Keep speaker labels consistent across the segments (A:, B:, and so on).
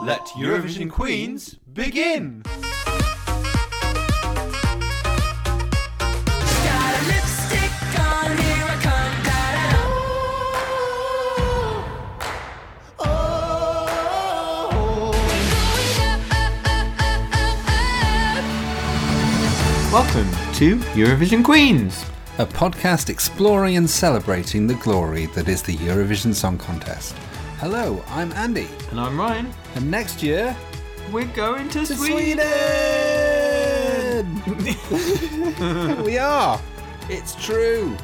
A: Let Eurovision Queens begin!
B: Got a lipstick on, here I come, da-da-da.
A: Welcome to Eurovision Queens!
C: a podcast exploring and celebrating the glory that is the Eurovision Song Contest. Hello, I'm Andy,
A: And I'm Ryan.
C: and next year,
A: We're going to,
C: to
A: Sweden.
C: Sweden! we are! It's true!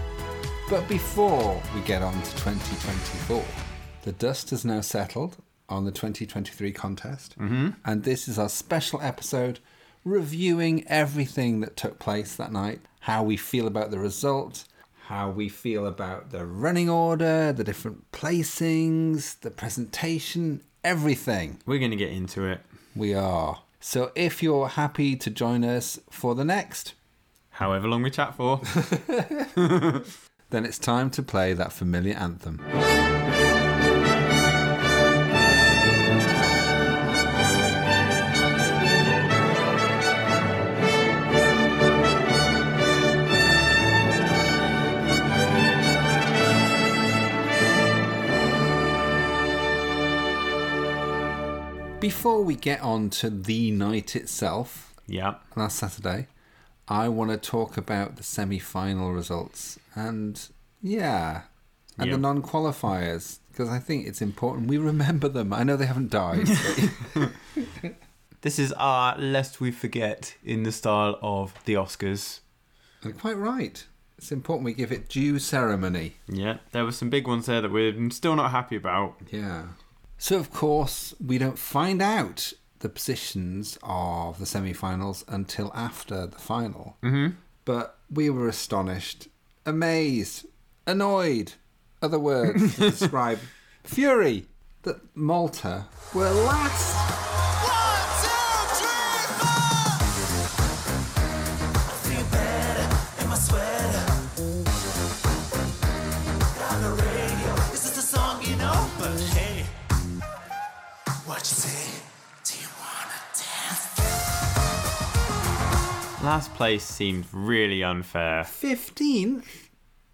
C: But before we get on to 2024, the dust has now settled on the 2023 contest, and this is our special episode reviewing everything that took place that night, how we feel about the result, how we feel about the running order, the different placings, the presentation, everything.
A: We're going to get into it.
C: We are. So if you're happy to join us for the next,
A: However long we chat for.
C: then it's time to play that familiar anthem. Before we get on to the night itself,
A: yeah.
C: last Saturday, I want to talk about the semi final results and, yeah, and
A: Yeah.
C: the non qualifiers because I think it's important we remember them. I know they haven't died. but-
A: This is our Lest We Forget in the style of the Oscars.
C: and quite right. It's important we give it due ceremony.
A: Yeah. There were some big ones there that we're still not happy about.
C: Yeah. So, of course, we don't find out the positions of the semi finals until after the final. Mm-hmm. But we were astonished, amazed, annoyed, other words to describe fury that Malta were last.
A: Last place seemed really unfair.
C: 15th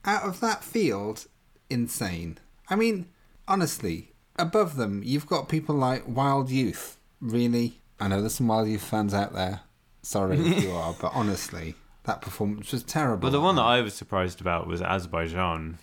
C: out of that field, insane. I mean, honestly, above them, you've got people like Wild Youth. Really? I know there's some Wild Youth fans out there. Sorry if you are, but honestly, that performance was terrible.
A: But the one that I was surprised about was Azerbaijan.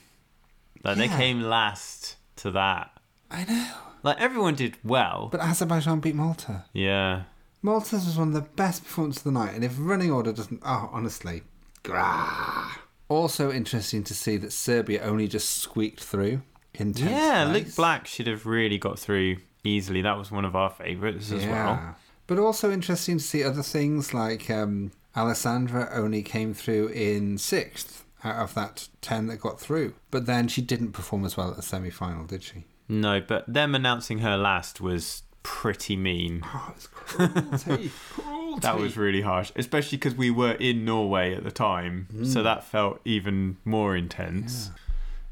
A: Like they
C: Yeah.
A: came last to that.
C: I know.
A: Like everyone did well.
C: But Azerbaijan beat Malta.
A: yeah.
C: Malta's was one of the best performances of the night, and if running order doesn't, oh, honestly, grah. Also interesting to see that Serbia only just squeaked through in 10th
A: Yeah,
C: place.
A: Luke Black should have really got through easily. That was one of our favourites as well.
C: But also interesting to see other things like um, Alessandra only came through in sixth out of that 10 that got through. But then she didn't perform as well at the semi final, did she?
A: No, but them announcing her last was pretty mean.
C: Oh, it's cruelty. cruelty.
A: That was really harsh, especially because we were in Norway at the time, so that felt even more intense.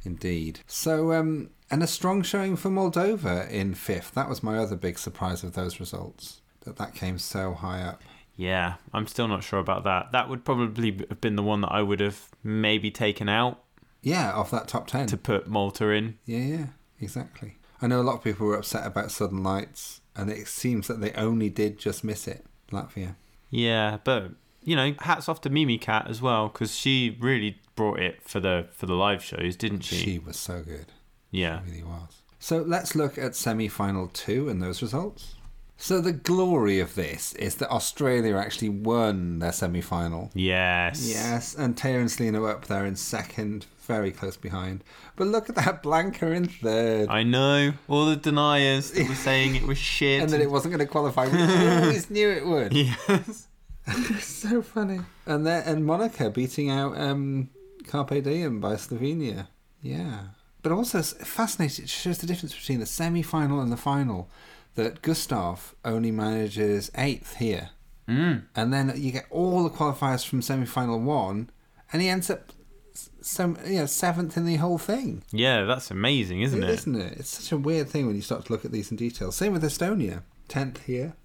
C: Indeed. So, um, and a strong showing for Moldova in fifth. That was my other big surprise of those results, that that came so high up.
A: Yeah, I'm still not sure about that. That would probably b- have been the one that I would have maybe taken out
C: Yeah, off that top 10.
A: to put Malta in.
C: Yeah, yeah, exactly. I know a lot of people were upset about Southern Lights, and it seems that they only did just miss it, Latvia.
A: Yeah, but you know, hats off to Mimi Cat as well because she really brought it for the for the live shows, didn't she?
C: She was so good.
A: yeah.
C: Really was. So let's look at semi final two and those results. So the glory of this is that Australia actually won their semi final.
A: Yes.
C: Yes, and Taylor and Selena were up there in second, very close behind. But look at that Blanca in third.
A: I know all the deniers that were saying it was shit.
C: and that it wasn't going to qualify. We always knew it would.
A: Yes.
C: so funny. And there and Monica beating out um, Carpe Diem by Slovenia. Yeah, but also s- fascinating. It shows the difference between the semi-final and the final. That Gustav only manages eighth here, mm. and then you get all the qualifiers from semi-final one, and he ends up so you know, seventh in the whole thing,
A: Yeah, that's amazing, isn't it?
C: isn't it? It's such a weird thing when you start to look at these in detail. Same with Estonia, tenth here.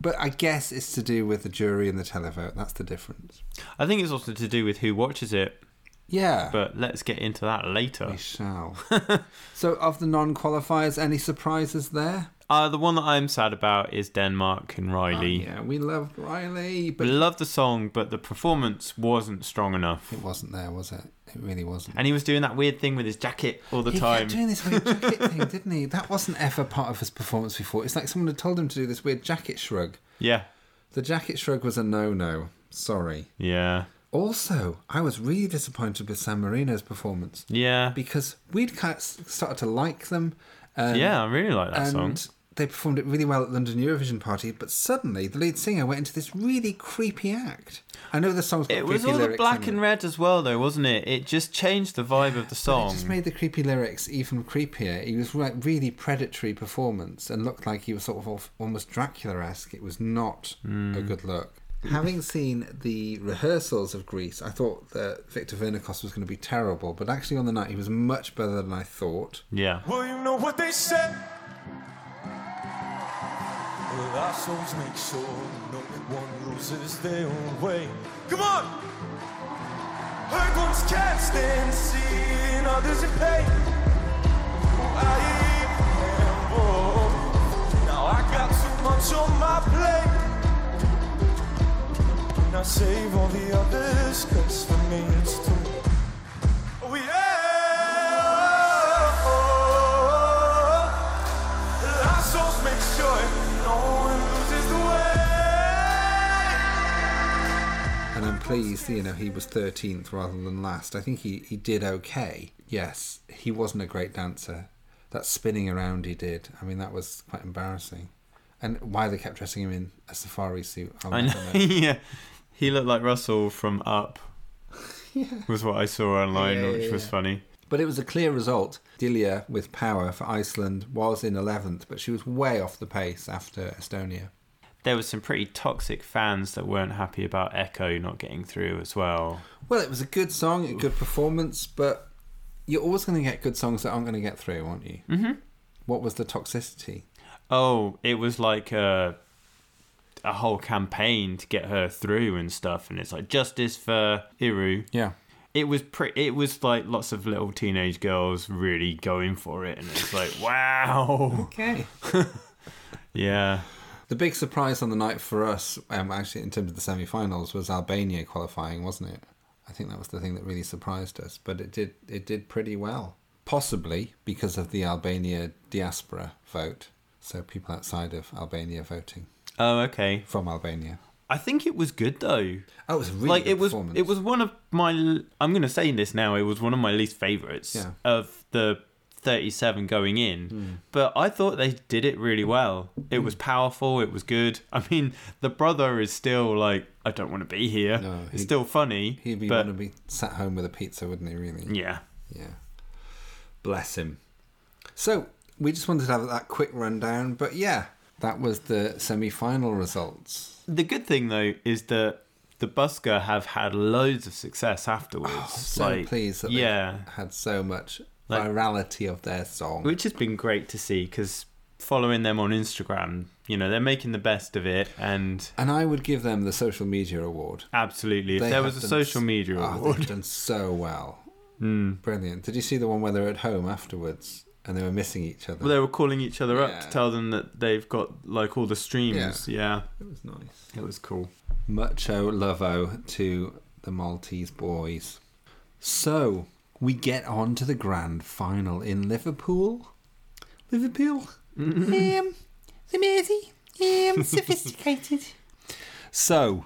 C: But I guess it's to do with the jury and the televote. That's the difference.
A: I think it's also to do with who watches it,
C: Yeah.
A: but let's get into that later.
C: We shall. so, of the non qualifiers, any surprises there?
A: Uh, the one that I'm sad about is Denmark and Riley.
C: Oh, Yeah, we love Riley,
A: We
C: but
A: love the song, but the performance wasn't strong enough.
C: it wasn't there, was it? It really wasn't.
A: And he was doing that weird thing with his jacket all the
C: He
A: time.
C: kept doing this weird jacket thing, didn't he? That wasn't ever part of his performance before. It's like someone had told him to do this weird jacket shrug.
A: yeah,
C: The jacket shrug was a no no. Sorry.
A: yeah,
C: Also, I was really disappointed with San Marino's performance
A: yeah,
C: because we'd kind of started to like them. Um,
A: yeah. I really like that song.
C: and they performed it really well at London Eurovision Party. But suddenly, the lead singer went into this really creepy act. I know the song's got
A: It was
C: creepy
A: all the
C: lyrics
A: black
C: in
A: and
C: it,
A: red as well, though, wasn't it? It just changed the vibe of the
C: but It
A: song.
C: just made the creepy lyrics even creepier. He was like really predatory performance and looked like he was sort of al- almost Dracula-esque. It was not a good look. Having seen the rehearsals of Greece, I thought that Victor Vernikos was going to be terrible, but actually on the night he was much better than I thought.
A: Yeah,
D: Well, you know what they said. Well, assholes make sure no one loses their own way. Come on! Heard ones can't stand seeing others in pain. I am bored. Now I got too much on my plate. Now save all the others, cause for me it's too we are. Our souls make sure no one loses the way.
C: and I'm pleased, you know, he was 13th rather than last. I think he, he did okay. Yes, he wasn't a great dancer. That spinning around he did, I mean, that was quite embarrassing. And why they kept dressing him in a safari suit, I'll
A: I
C: never
A: know.
C: know.
A: yeah, he looked like Russell from Up. Was what I saw online,
C: Yeah,
A: which
C: yeah,
A: was
C: yeah.
A: funny.
C: But it was a clear result. Dilia, with power for Iceland, was in 11th, but she was way off the pace after Estonia.
A: There were some pretty toxic fans that weren't happy about Echo not getting through as well.
C: Well, it was a good song, a good performance, but you're always going to get good songs that aren't going to get through, aren't you? Mm-hmm. What was the toxicity?
A: Oh, it was like a a whole campaign to get her through and stuff, and it's like justice for Iru.
C: Yeah.
A: It was pretty. It was like lots of little teenage girls really going for it, and it's like wow,
C: Okay.
A: yeah,
C: The big surprise on the night for us, um, actually, in terms of the semi finals, was Albania qualifying, wasn't it? I think that was the thing that really surprised us, but it did it did pretty well. Possibly because of the Albania diaspora vote, so people outside of Albania voting
A: oh okay.
C: from Albania.
A: I think it was good though.
C: Oh, it was a really
A: like
C: good
A: it was
C: performance.
A: it was one of my i'm gonna say this now it was one of my least favorites
C: Yeah. Hmm.
A: of the 37 going in but i thought they did it really well it was powerful it was good i mean the brother is still like i don't want to be here
C: No,
A: it's
C: he-
A: still funny
C: He'd be
A: but
C: want to be sat home with a pizza, wouldn't he? Really?
A: yeah
C: Yeah. Bless him. So we just wanted to have that quick rundown, but yeah, that was the semi-final results.
A: the good thing though is that the busker have had loads of success afterwards
C: Oh, so
A: like
C: pleased that
A: yeah
C: they had so much
A: Like-
C: virality of their song.
A: which has been great to see because following them on instagram you know they're making the best of it and
C: and I would give them the social media award.
A: Absolutely. If
C: They
A: there
C: have
A: was a
C: done
A: social
C: s-
A: media
C: oh,
A: award. Hmm.
C: They've done so well. Brilliant. Did you see the one where they were at home afterwards and they were missing each other?
A: Well, they were calling each other up to
C: Yeah.
A: tell them that they've got like all the streams. Yeah.
C: it was nice.
A: It was cool.
C: Mucho lovo to the Maltese boys. So we get on to the grand final in Liverpool. Liverpool.
A: Mm-hmm.
C: Um, the Mersey. Um, sophisticated. so,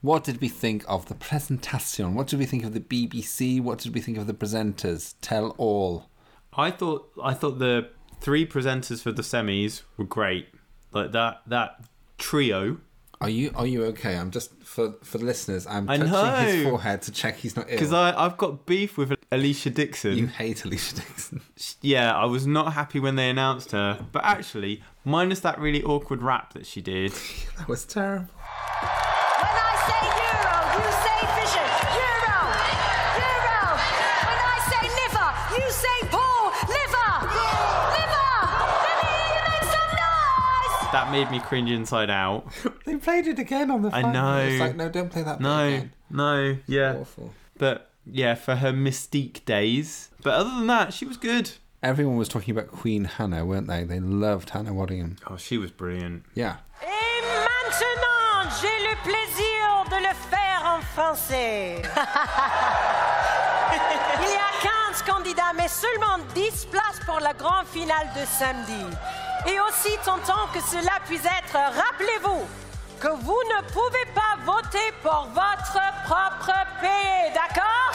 C: what did we think of the presentation? What did we think of the BBC? What did we think of the presenters? Tell all.
A: I thought I thought the three presenters for the semis were great. Like that that trio.
C: Are you are you okay? I'm just for for the listeners. I'm
A: I
C: touching his
A: know.
C: forehead to check he's not
A: Because
C: ill.
A: I I've got beef with Alicia Dixon.
C: you hate Alicia Dixon.
A: yeah, I was not happy when they announced her. But actually, minus that really awkward rap that she did.
C: that was terrible.
E: When I say euro, you say vision. Euro, euro,
A: That made me cringe inside out.
C: They played it again on the
A: I
C: final. It's
A: know.
C: like, no, don't play that. bit
A: No,
C: again.
A: no, yeah.
C: Awful.
A: But yeah, for her mystique days. But other than that, she was good.
C: Everyone was talking about Queen Hannah, weren't they? They loved Hannah Waddingham.
A: Oh, she was brilliant.
C: Yeah.
E: Et maintenant, j'ai le plaisir de le faire en français. Il y a 15 candidats, mais seulement 10 places pour la grande finale de samedi. Et aussi, tentant que cela puisse être, rappelez-vous que vous ne pouvez pas voter pour votre propre pays, d'accord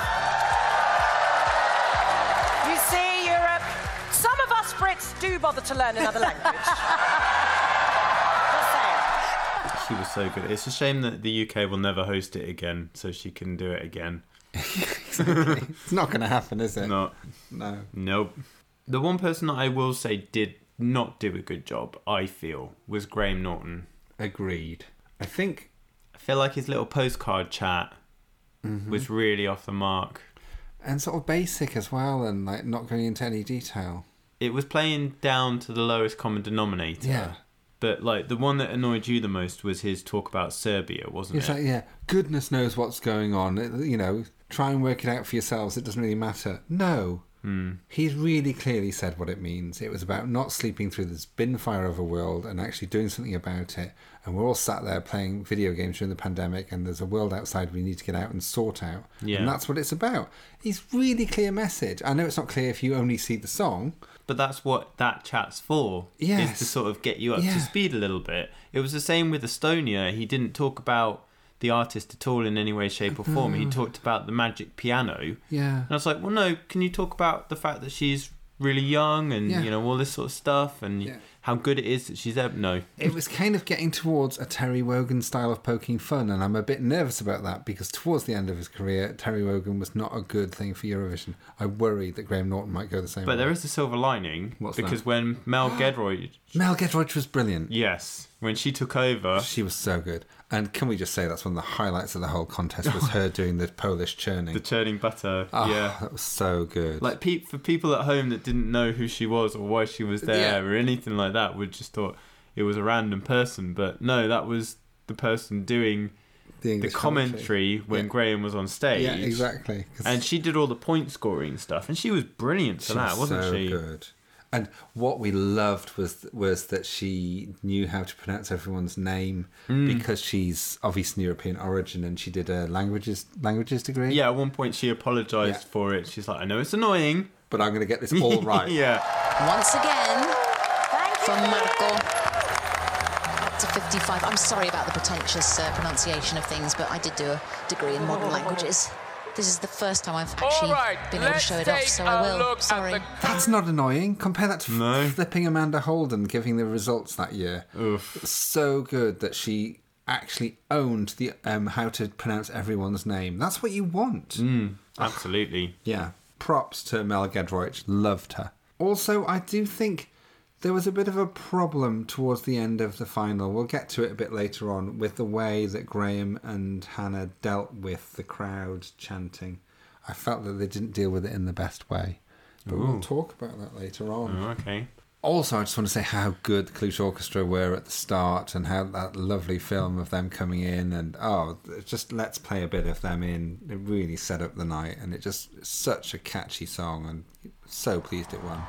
E: You see, Europe, some of us Brits do bother to learn another language. Just saying.
A: She was so good. It's a shame that the UK will never host it again, so she can do it again.
C: It's not going to happen, is it?
A: Not,
C: No.
A: nope. The one person that I will say did not do a good job, I feel, was Graham Norton.
C: Agreed. I think
A: I feel like his little postcard chat
C: Mm-hmm.
A: was really off the mark.
C: and sort of basic as well, and like not going into any detail.
A: It was playing down to the lowest common denominator.
C: Yeah.
A: But like the one that annoyed you the most was his talk about Serbia, wasn't
C: It's
A: it?
C: like, yeah, goodness knows what's going on. It- You know, try and work it out for yourselves. It doesn't really matter. No.
A: Hmm.
C: He's really clearly said what it means. It was about not sleeping through this bin fire of a world and actually doing something about it. And we're all sat there playing video games during the pandemic, and there's a world outside we need to get out and sort out.
A: Yeah.
C: And that's what it's about. He's really clear message. I know it's not clear if you only see the song.
A: But that's what that chat's for. Is to
C: Yes.
A: sort of get you up
C: Yeah.
A: to speed a little bit. It was the same with Estonia. He didn't talk about the artist at all in any way, shape, or form. He talked about the magic piano.
C: Mm. Yeah.
A: And I was like, well, no, can you talk about the fact that she's really young and,
C: Yeah.
A: you know, all this sort of stuff and
C: Yeah.
A: how good it is that she's there? No.
C: It was kind of getting towards a Terry Wogan style of poking fun, and I'm a bit nervous about that because towards the end of his career, Terry Wogan was not a good thing for Eurovision. I worry that Graham Norton might go the same
A: But
C: way.
A: there is a silver lining.
C: What's that?
A: because when Mel Gedroyd,
C: Mel Gedroych was brilliant.
A: yes, when she took over,
C: She was so good. And can we just say that's one of the highlights of the whole contest was her doing the Polish churning.
A: the churning butter,
C: Ah,
A: yeah.
C: That was so good.
A: Like pe- for people at home that didn't know who she was or why she was there
C: Yeah.
A: or anything like that, would just thought it was a random person. But no, that was the person doing the
C: English
A: commentary when
C: Yeah.
A: Graham was on stage.
C: Yeah, exactly. 'Cause-
A: And she did all the point scoring stuff, and she was brilliant
C: She
A: for that,
C: was
A: wasn't
C: so
A: she?
C: Good. And what we loved was was that she knew how to pronounce everyone's name
A: Hmm.
C: because she's of Eastern European origin, and she did a languages languages degree.
A: Yeah, at one point she apologized
C: Yeah.
A: for it. She's like, "I know it's annoying."
C: but I'm going to get this all right.
A: yeah.
F: Once again,
E: Thank you.
F: from Marco. Up to 55. I'm sorry about the pretentious uh, pronunciation of things, but I did do a degree in modern languages. This is the first time I've actually
G: All right,
F: been able to
G: let's
F: show it
G: take
F: off, so
G: a
F: I will.
G: look
F: Sorry.
G: at the
C: That's not annoying. Compare that to
A: No.
C: flipping Amanda Holden giving the results that year. So good that she actually owned the um, how to pronounce everyone's name. That's what you want.
A: Mm. Absolutely.
C: Yeah. Props to Mel Gedroych. Loved her. Also, I do think there was a bit of a problem towards the end of the final. We'll get to it a bit later on with the way that Graham and Hannah dealt with the crowd chanting. I felt that they didn't deal with it in the best way. But we'll talk about that later on.
A: Oh, okay.
C: Also, I just want to say how good the Clute Orchestra were at the start and how that lovely film of them coming in and oh, it just let's play a bit of them in. It really set up the night and it just it's such a catchy song and so pleased it won.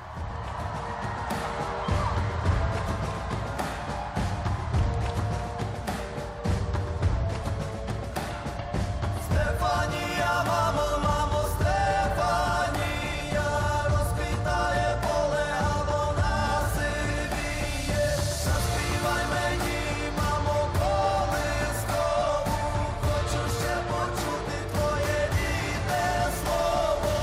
D: Stefania, mamo, mamo, Stefania, rozkwitaje pole, a wona sypie. Zaśpiewaj meni, mamo, kołyskową, choć już się poczuty twoje inne słowo.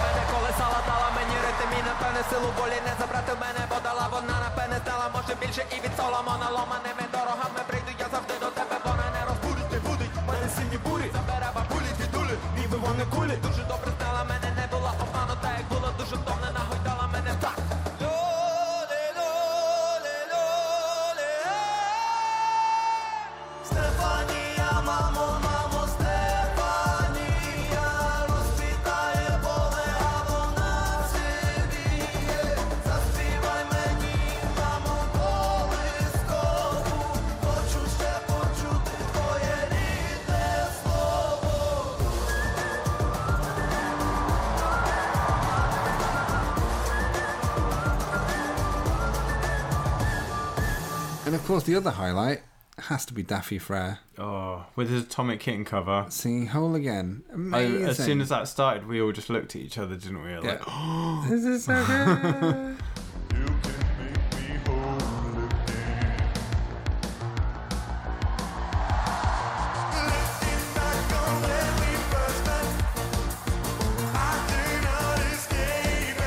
D: мене колеса дала мені ритм і напевне силу волі не забрати в мене, бо дала вона напевне стала, може більше і від Соломона ломаними дорогами прийду я завжди до тебе, бо мене розбурить не будуть, мене сині бурі, забере бабулі дідулі, ніби вони кулі, дуже добре знала мене, не була обманута, як була дуже втомлена, гойдала мене так. Люди, люди, люди, ей! Стефанія, мамо, мамо, Стефанія, розцвітає поле, а вона в сиві.
C: And of course, the other highlight has to be Daffy Frere
A: Oh, with his Atomic Kitten cover.
C: singing Hole Again.
A: I-
C: Amazing.
A: as soon as that started, we all just looked at each other, didn't we? Like,
C: Yeah. this is so good.
D: You can make me whole again. Let me not go where we first met. I cannot escape and I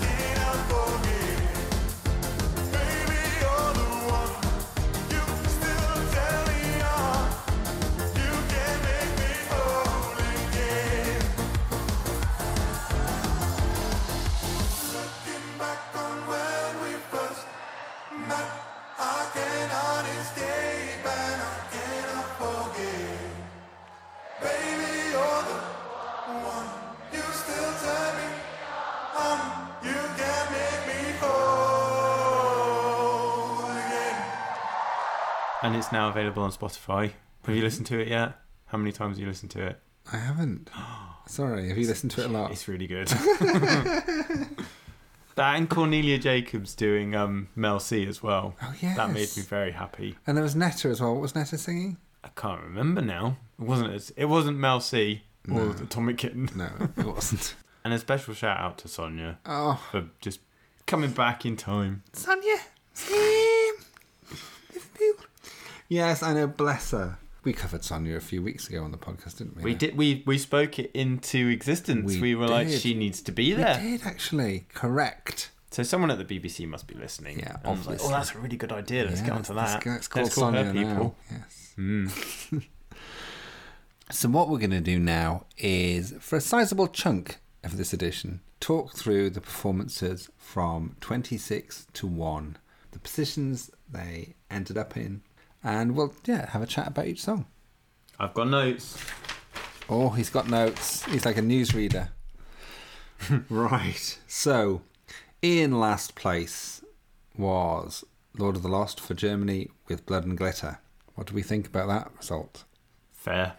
D: cannot forget. Baby, you're the one. You still tell me on. You can make me whole again. Looking back on when we first met, I cannot escape and I cannot forget. Baby, you're the one. You still turn me on. You can make me whole again.
A: and it's now available on Spotify. Have
C: Mm-hmm.
A: you listened to it yet? How many times have you listened to it?
C: I haven't. Sorry, have you listened to it a lot?
A: It's really good. that and Cornelia Jacobs doing um, Mel C as well.
C: Oh,
A: That made
C: yes.
A: me very happy.
C: And there was Netta as well. What was Netta singing?
A: I can't remember now. It wasn't as, it wasn't Mel C or the Atomic Kitten.
C: No, it wasn't.
A: And a special shout out to Sonia
C: oh,
A: for just coming back in time.
C: Sonia, Sam, Liverpool. Yes, I know. Bless her. We covered Sonia a few weeks ago on the podcast, didn't we?
A: We did we we spoke it into existence.
C: We
A: We, were like,
C: did.
A: she needs to be
C: We
A: there.
C: did actually. Correct.
A: So someone at the BBC must be listening.
C: Yeah,
A: And was like,
C: obviously.
A: oh, that's a really good idea. Let's
C: Yeah,
A: get onto
C: let's
A: that.
C: go- Let's call
A: Let's call
C: Sonia
A: her
C: now.
A: people. Hmm.
C: Yes. so what we're going to do now is, for a sizable chunk of this edition, talk through the performances from 26 to 1, the positions they ended up in, and we'll yeah have a chat about each song.
A: I've got notes.
C: Oh, he's got notes. He's like a newsreader. right. So, in last place was Lord of the Lost for Germany with Blood and Glitter. What do we think about that result?
A: Fair.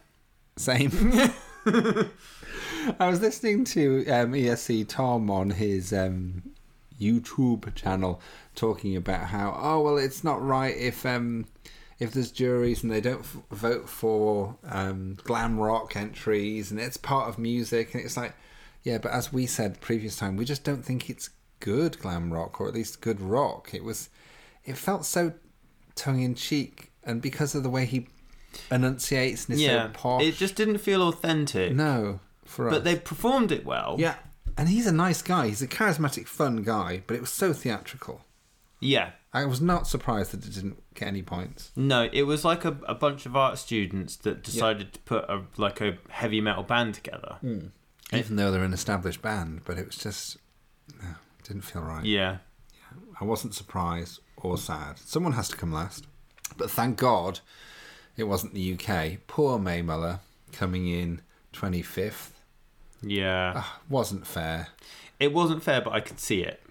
C: Same. I was listening to um, ESC Tom on his um, YouTube channel talking about how oh well it's not right if um, if there's juries and they don't f- vote for um, glam rock entries and it's part of music and it's like yeah but as we said previous time we just don't think it's good glam rock or at least good rock it was it felt so tongue in cheek and because of the way he enunciates and is
A: yeah.
C: so posh
A: It just didn't feel authentic.
C: no, for us.
A: But they performed it well.
C: yeah, and he's a nice guy. He's a charismatic, fun guy. But it was so theatrical.
A: Yeah.
C: I was not surprised that it didn't get any points.
A: No, it was like a, a bunch of art students that decided to put a like a heavy metal band together.
C: Hmm. Even though they're an established band, but it was just no, it didn't feel right.
A: Yeah.
C: I wasn't surprised or sad. Someone has to come last, but thank God it wasn't the UK. Poor May Muller coming in twenty fifth
A: Yeah.
C: Ah. wasn't fair.
A: It wasn't fair, but I could see it.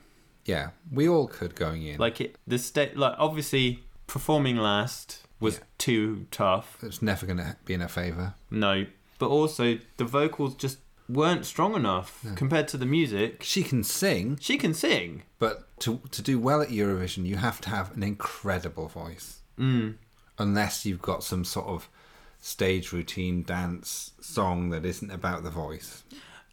C: Yeah, we all could going in.
A: Like it the state like obviously performing last was
C: Yeah.
A: too tough.
C: it's never going to be in our favour.
A: No, but also the vocals just weren't strong enough compared to the music.
C: She can sing,
A: She can sing.
C: But to to do well at Eurovision, you have to have an incredible voice. Mm. Unless you've got some sort of stage routine dance song that isn't about the voice.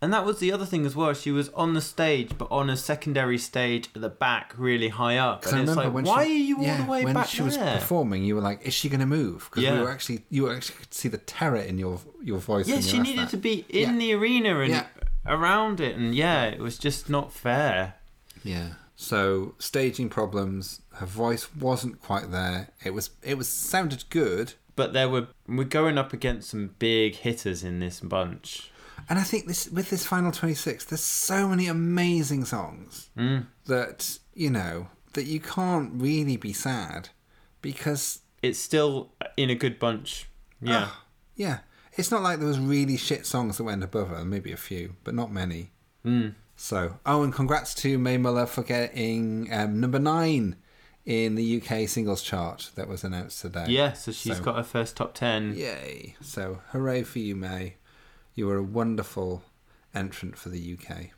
A: And that was the other thing as well. She was on the stage, but on a secondary stage at the back, really high up.
C: Because I
A: And it's
C: remember
A: like,
C: when
A: why
C: she,
A: are you all
C: yeah,
A: the way
C: when
A: back
C: she
A: there?
C: was performing, you were like, "Is she going to move?" Because we
A: Yeah.
C: were actually you were actually could see the terror in your your voice.
A: yeah,
C: when you
A: she
C: asked
A: needed
C: that.
A: to be in
C: Yeah.
A: the arena and
C: Yeah.
A: around it, and yeah, it was just not fair.
C: Yeah. So staging problems. Her voice wasn't quite there. It was it was sounded good,
A: But there were we're going up against some big hitters in this bunch.
C: And I think this with this final 26, there's so many amazing songs
A: Mm.
C: that, you know, that you can't really be sad because,
A: It's still in a good bunch. Yeah.
C: Ah. yeah, it's not like there was really shit songs that went above her, maybe a few, but not many. Mm. So, oh, and congrats to May Muller for getting um, number nine in the UK singles chart that was announced today.
A: yeah, so she's
C: So-
A: got her first top ten.
C: Yay. So, hooray for you, May. You were a wonderful entrant for the UK.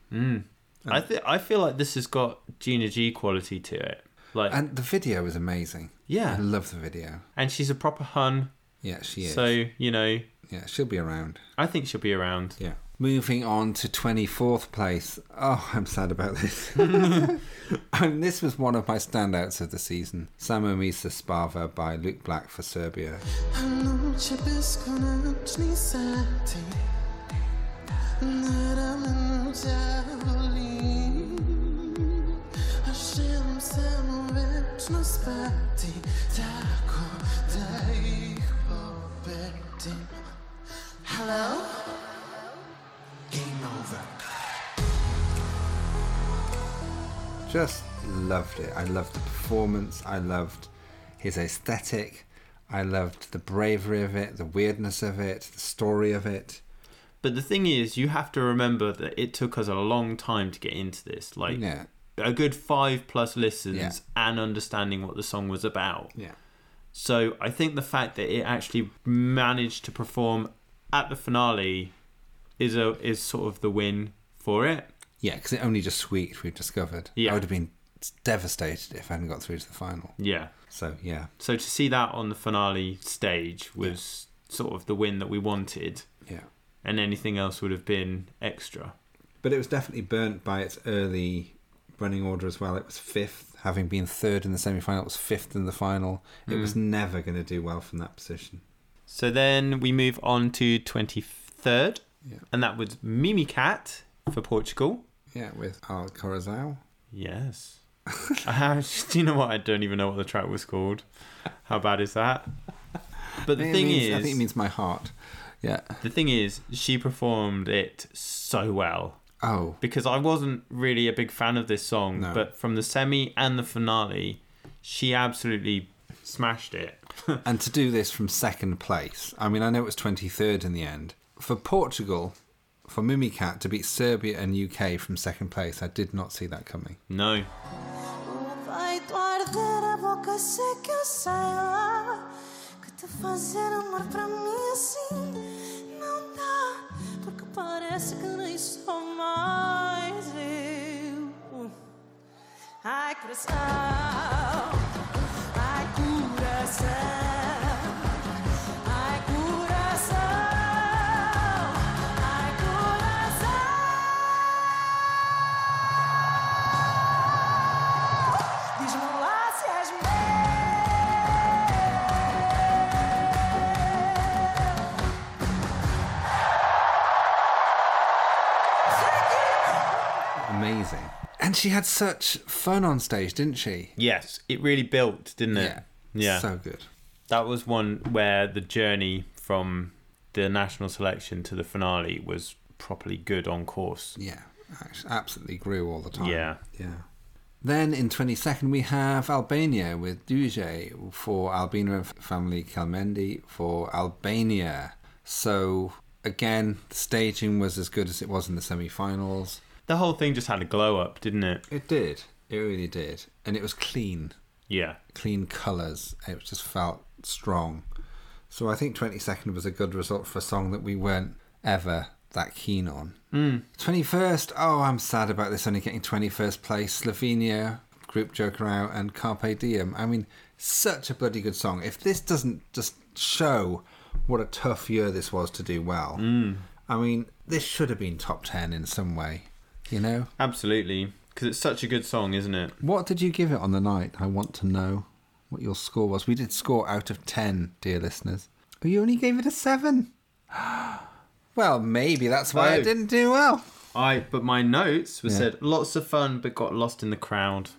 A: I th- I feel like this has got Gina G quality to it. Like, and,
C: And the video is amazing.
A: Yeah.
C: I love the video.
A: she's a proper hun.
C: Yeah, she is.
A: So you know,
C: yeah, she'll be around.
A: I think she'll be around.
C: Yeah. Moving on to 24th place. Oh, I'm sad about this. and this was one of my standouts of the season. Samo Misa Spava by Luke Black for Serbia.
G: Noć je beskonačni sati Na ramenu te volim A želim samo večno spati Tako da ih pobedim Hello?
D: Game over.
C: Just loved it. I loved the performance. I loved his aesthetic. I loved the bravery of it, the weirdness of it, the story of it.
A: But the thing is, you have to remember that it took us a long time to get into this. Like
C: Yeah.
A: a good five plus listens
C: Yeah.
A: and understanding what the song was about.
C: Yeah.
A: So I think the fact that it actually managed to perform at the finale is a is sort of the win for it.
C: Yeah, because it only just squeaked, we've discovered.
A: Yeah.
C: I would have been devastated if I hadn't got through to the final.
A: Yeah.
C: So, yeah.
A: So to see that on the finale stage was sort of the win that we wanted,
C: Yeah.
A: and anything else would have been extra.
C: But it was definitely burnt by its early running order as well. It was fifth, having been third in the semi final, it was fifth in the final. It was
A: Hmm.
C: never going to do well from that position.
A: So then we move on to 23rd,
C: Yeah.
A: and that was Mimi Cat for Portugal.
C: Yeah, with Al Corazao.
A: Yes. Uh, Do you know what? I don't even know what the track was called. How bad is that? But the
C: It
A: thing
C: means-
A: is,
C: I think it means my heart. Yeah.
A: the thing is, she performed it so well
C: Oh,
A: because I wasn't really a big fan of this song,
C: No.
A: but from the semi and the finale, she absolutely smashed it.
C: and to do this from second place. I mean, I know it was 23rd in the end. For Portugal, for Mimicat to beat Serbia and UK from second place, I did not see that coming.
A: no,
G: Vai tu arder a boca seca, eu sei lá Que te fazer amor pra mim assim não dá Porque parece que nem sou mais eu Ai, coração, ai, coração Ai, coração, ai, coração Diz-me lá se és meu
C: Amazing. And she had such fun on stage, didn't she?
A: yes, it really built, didn't it? yeah.
C: So good.
A: That was one where the journey from the national selection to the finale was properly good on course.
C: Yeah, act- absolutely grew all the time.
A: Yeah.
C: yeah. Then in 22nd we have Albania with Duje for Albina and family Kalmendi for Albania. So again, the staging was as good as it was in the semi-finals.
A: The whole thing just had a glow up, didn't it?
C: It did. It really did, and it was clean,
A: Yeah.
C: clean colours. It just felt strong. So I think 22nd was a good result for a song that we weren't ever that keen on. 21st. Oh, I'm sad about this only getting 21st place. Slovenia, Group Joker Out, and Carpe Diem. I mean, such a bloody good song. If this doesn't just show what a tough year this was to do well, I mean, this should have been top 10 in some way, you know?
A: Absolutely. Because it's such a good song, isn't it?
C: What did you give it on the night? I want to know what your score was. We did score out of 10, dear listeners. Oh, you only gave it a 7. Well, maybe that's why
A: Oh.
C: it didn't do well.
A: I but my notes were
C: Yeah.
A: said lots of fun but got lost in the crowd.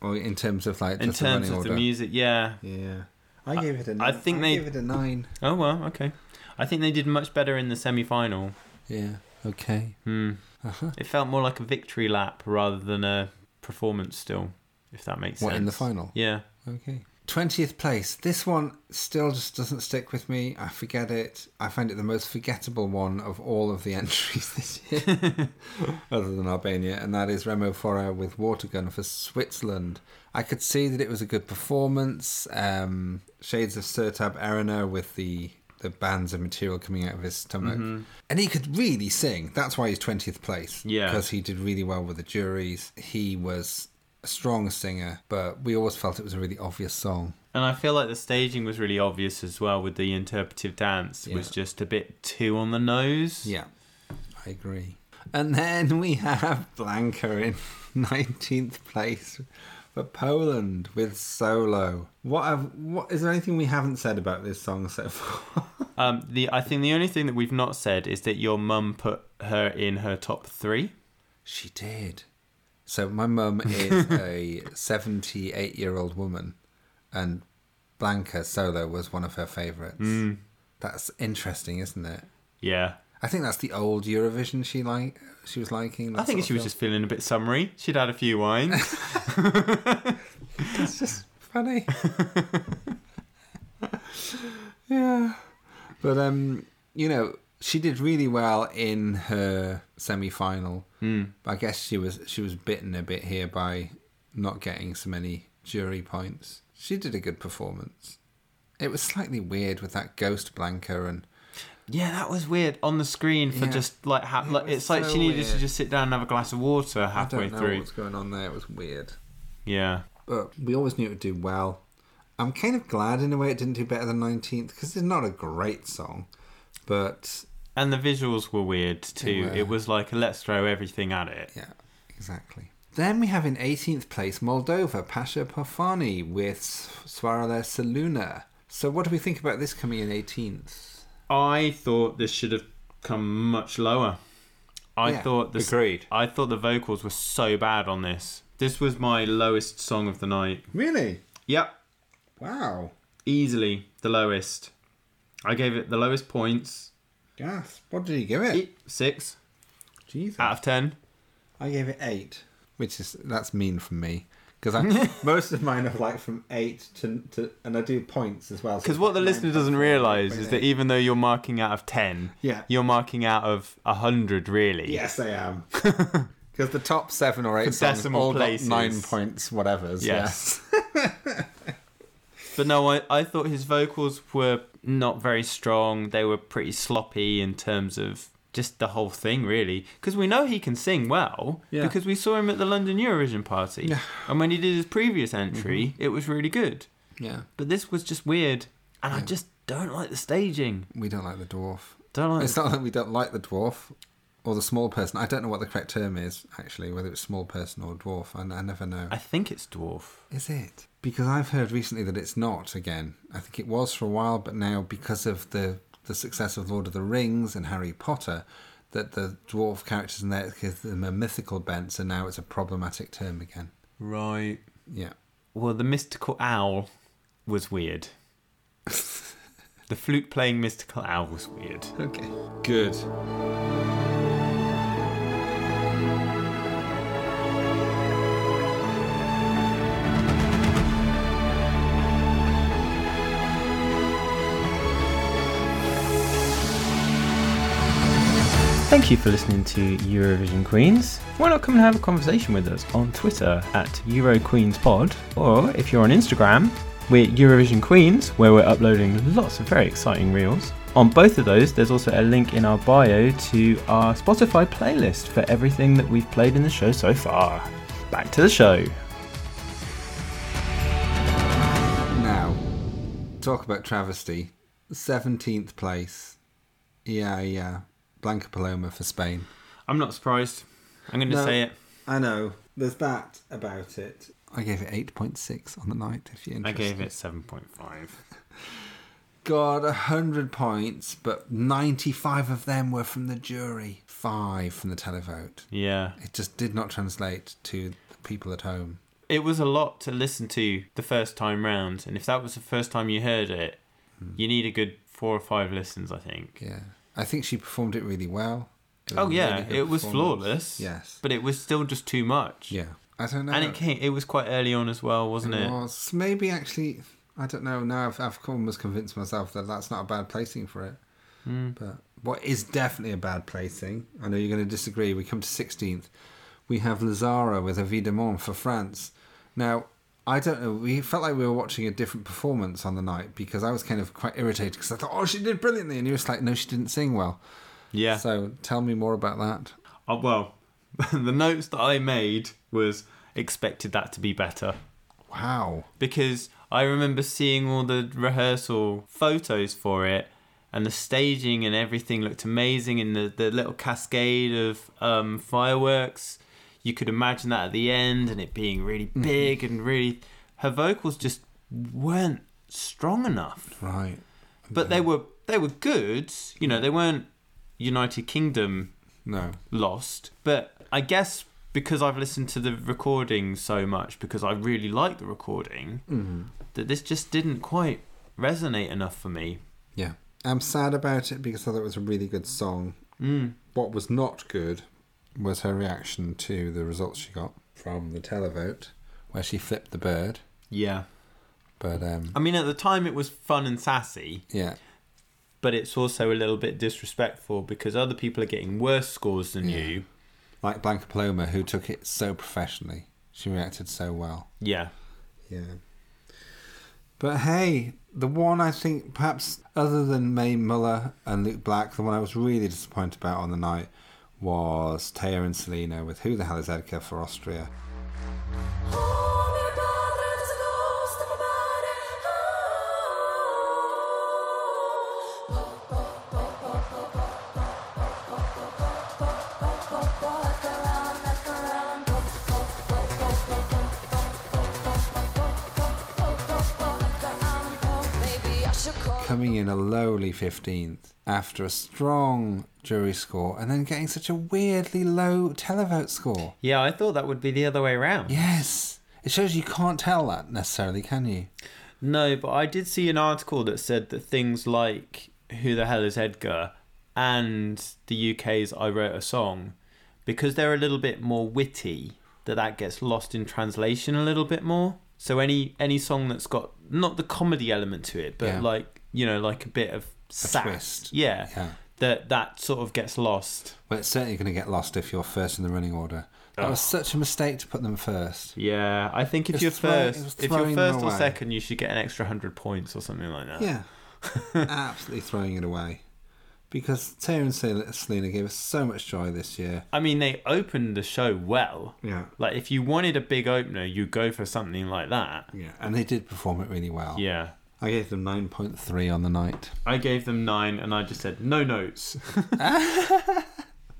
C: Or in terms of like
A: In
C: just
A: terms
C: the
A: of
C: running
A: the
C: order.
A: music, yeah.
C: Yeah. I gave it a
A: I think they-
C: gave it a 9.
A: Oh well, okay. I think they did much better in the semi final.
C: Yeah. Okay.
A: It felt more like a victory lap rather than a performance still, if that makes sense.
C: What, in the final?
A: Yeah.
C: Okay. 20th place. This one still just doesn't stick with me. I forget it. I find it the most forgettable one of all of the entries this year, other than Albania, and that is Remo Fora with Watergun for Switzerland. I could see that it was a good performance. Um, Shades of Sertab Erina with the, the bands of material coming out of his stomach. And he could really sing. That's why he's 20th place.
A: Yeah.
C: Because he did really well with the juries. He was a strong singer, but we always felt it was a really obvious song.
A: And I feel like the staging was really obvious as well with the interpretive dance
C: Yeah.
A: was just a bit too on the nose.
C: Yeah, I agree. And then we have Blanca in 19th place for Poland with Solo. What have, what is there anything we haven't said about this song so far?
A: Um, the I think the only thing that we've not said is that your mum put her in her top three.
C: she did. So my mum is a 78 year old woman and Blanca Solo was one of her favorites. That's interesting, isn't it?
A: Yeah.
C: I think that's the old Eurovision she like she was liking. that
A: I think
C: sort
A: she
C: of
A: was
C: film.
A: just feeling a bit summery. She'd had a few wines.
C: It's just funny. yeah. But um, you know, she did really well in her semi final.
A: Hmm.
C: Mm. I guess she was she was bitten a bit here by not getting so many jury points. She did a good performance. It was slightly weird with that ghost Blanca and
A: yeah, that was weird on the screen for
C: Yeah.
A: just like, ha-
C: It
A: like
C: was
A: it's like
C: so
A: she needed to
C: weird.
A: just sit down and have a glass of water
C: I
A: halfway
C: don't know
A: through.
C: what's going on there. It was weird.
A: Yeah.
C: But we always knew it would do well. I'm kind of glad in a way it didn't do better than 19th because it's not a great song, but
A: And the visuals were weird too.
C: were.
A: It was like let's throw everything at it.
C: Yeah, exactly. Then we have in 18th place Moldova, Pasha Pofani with Svarale Saluna. So, what do we think about this coming in 18th?
A: I thought this should have come much lower. I
C: Yeah,
A: thought this,
C: agreed.
A: I thought the vocals were so bad on this. This was my lowest song of the night.
C: Really?
A: Yep,
C: Wow.
A: easily the lowest. I gave it the lowest points.
C: Yes. What did you give it?
A: Eight, Ah. six
C: Jesus.
A: out of ten.
C: I gave it 8. Which is, that's mean from me. Because most of mine are like from 8 to, to and I do points as well. so
A: Because
C: it's
A: what the
C: like
A: listener
C: 9.
A: doesn't realise is that even though you're marking out of ten,
C: Yeah.
A: you're marking out of hundred really.
C: Yes, I am. Because the top 7 or 8 songs
A: decimal
C: all got
A: places.
C: 9 points, whatever.
A: Yes. But no, I, I thought his vocals were not very strong. They were pretty sloppy in terms of just the whole thing, really. Because we know he can sing well,
C: Yeah.
A: because we saw him at the London Eurovision party.
C: Yeah. Mm-hmm.
A: And when he did his previous entry, it was really good.
C: Yeah.
A: But this was just weird. And I just don't like the staging.
C: We don't like the dwarf.
A: Don't like
C: It's not that we don't like the dwarf or the small person. I don't know what the correct term is, actually, whether it's small person or dwarf. I, I never know.
A: I think it's dwarf.
C: Is it? Because I've heard recently that it's not again. I think it was for a while, but now because of the, the success of Lord of the Rings and Harry Potter, that the dwarf characters in there give them a mythical bent, so now it's a problematic term again.
A: Right.
C: Yeah.
A: Well, the mystical owl was weird. the flute playing mystical owl was weird.
C: Okay.
A: Good. Thank you for listening to Eurovision Queens. Why not come and have a conversation with us on Twitter at EuroQueensPod, or if you're on Instagram, we're Eurovision Queens, where we're uploading lots of very exciting reels. On both of those, there's also a link in our bio to our Spotify playlist for everything that we've played in the show so far. Back to the show.
C: Now, talk about travesty. 17th place. Yeah, yeah. Blanca Paloma for Spain.
A: I'm not surprised. I'm going to
C: No.
A: say it.
C: I know. There's that about it. I gave it 8.6 on the night, if you're
A: I
C: interested.
A: gave it 7.5.
C: God, 100 points, but 95 of them were from the jury. Five from the televote.
A: Yeah.
C: It just did not translate to the people at home.
A: it was a lot to listen to the first time round, and if that was the first time you heard it,
C: Hmm.
A: you need a good four or five listens, I think.
C: Yeah. I think she performed it really well. It was
A: oh
C: a
A: yeah,
C: really good
A: it was
C: performance.
A: flawless.
C: Yes.
A: but it was still just too much.
C: Yeah. I don't know.
A: and it came. It was quite early on as well, wasn't it?
C: was. Maybe actually, I don't know. Now I've, I've almost convinced myself that that's not a bad placing for it.
A: Hmm.
C: But what is definitely a bad placing, I know you're going to disagree. We come to 16th. We have Lazara with Evidemment for France. Now, I don't know. We felt like we were watching a different performance on the night because I was kind of quite irritated because I thought, oh, she did brilliantly. And you were just like, no, she didn't sing well.
A: Yeah.
C: So tell me more about that.
A: Oh, well, the notes that I made was expected that to be better
C: Wow.
A: because I remember seeing all the rehearsal photos for it, and the staging and everything looked amazing, and the, the little cascade of um, fireworks. You could imagine that at the end, and it being really big and really. Her vocals just weren't strong enough,
C: Right.
A: but they were they were good. You know, they weren't United Kingdom
C: No.
A: lost. But I guess because I've listened to the recording so much, because I really like the recording, that this just didn't quite resonate enough for me.
C: Yeah. I'm sad about it because I thought it was a really good song. Mm. What was not good was her reaction to the results she got from the televote, where she flipped the bird.
A: Yeah.
C: But um,
A: I mean, at the time it was fun and sassy,
C: yeah,
A: but it's also a little bit disrespectful because other people are getting worse scores than you.
C: like Blanca Paloma, who took it so professionally, she reacted so well.
A: Yeah.
C: Yeah. But hey, the one I think perhaps other than Mae Muller and Luke Black, the one I was really disappointed about on the night was Taya and Selena with Who the Hell is Edgar for Austria. Coming in a lowly 15th after a strong jury score and then getting such a weirdly low televote score.
A: Yeah, I thought that would be the other way around.
C: Yes. It shows you can't tell that necessarily, can you?
A: No, but I did see an article that said that things like Who the Hell is Edgar and the UK's I Wrote a Song, because they're a little bit more witty, that that gets lost in translation a little bit more. So any any song that's got not the comedy element to it, but
C: Yeah.
A: like you know, like a bit of sass,
C: twist.
A: Yeah,
C: Yeah.
A: that that sort of gets lost.
C: Well, it's certainly going to get lost if you're first in the running order. That was such a mistake to put them first.
A: Yeah, I think if
C: It's
A: you're
C: throw- it was
A: first, if you're
C: throwing them
A: first or
C: away.
A: second, you should get an extra hundred points or something like that.
C: Yeah. Absolutely throwing it away. Because Taylor and Sel- Selena gave us so much joy this year.
A: I mean, they opened the show well.
C: Yeah.
A: Like, if you wanted a big opener, you go for something like that.
C: Yeah. And they did perform it really well.
A: Yeah.
C: I gave them 9.3 on the night.
A: I gave them nine and I just said, no notes.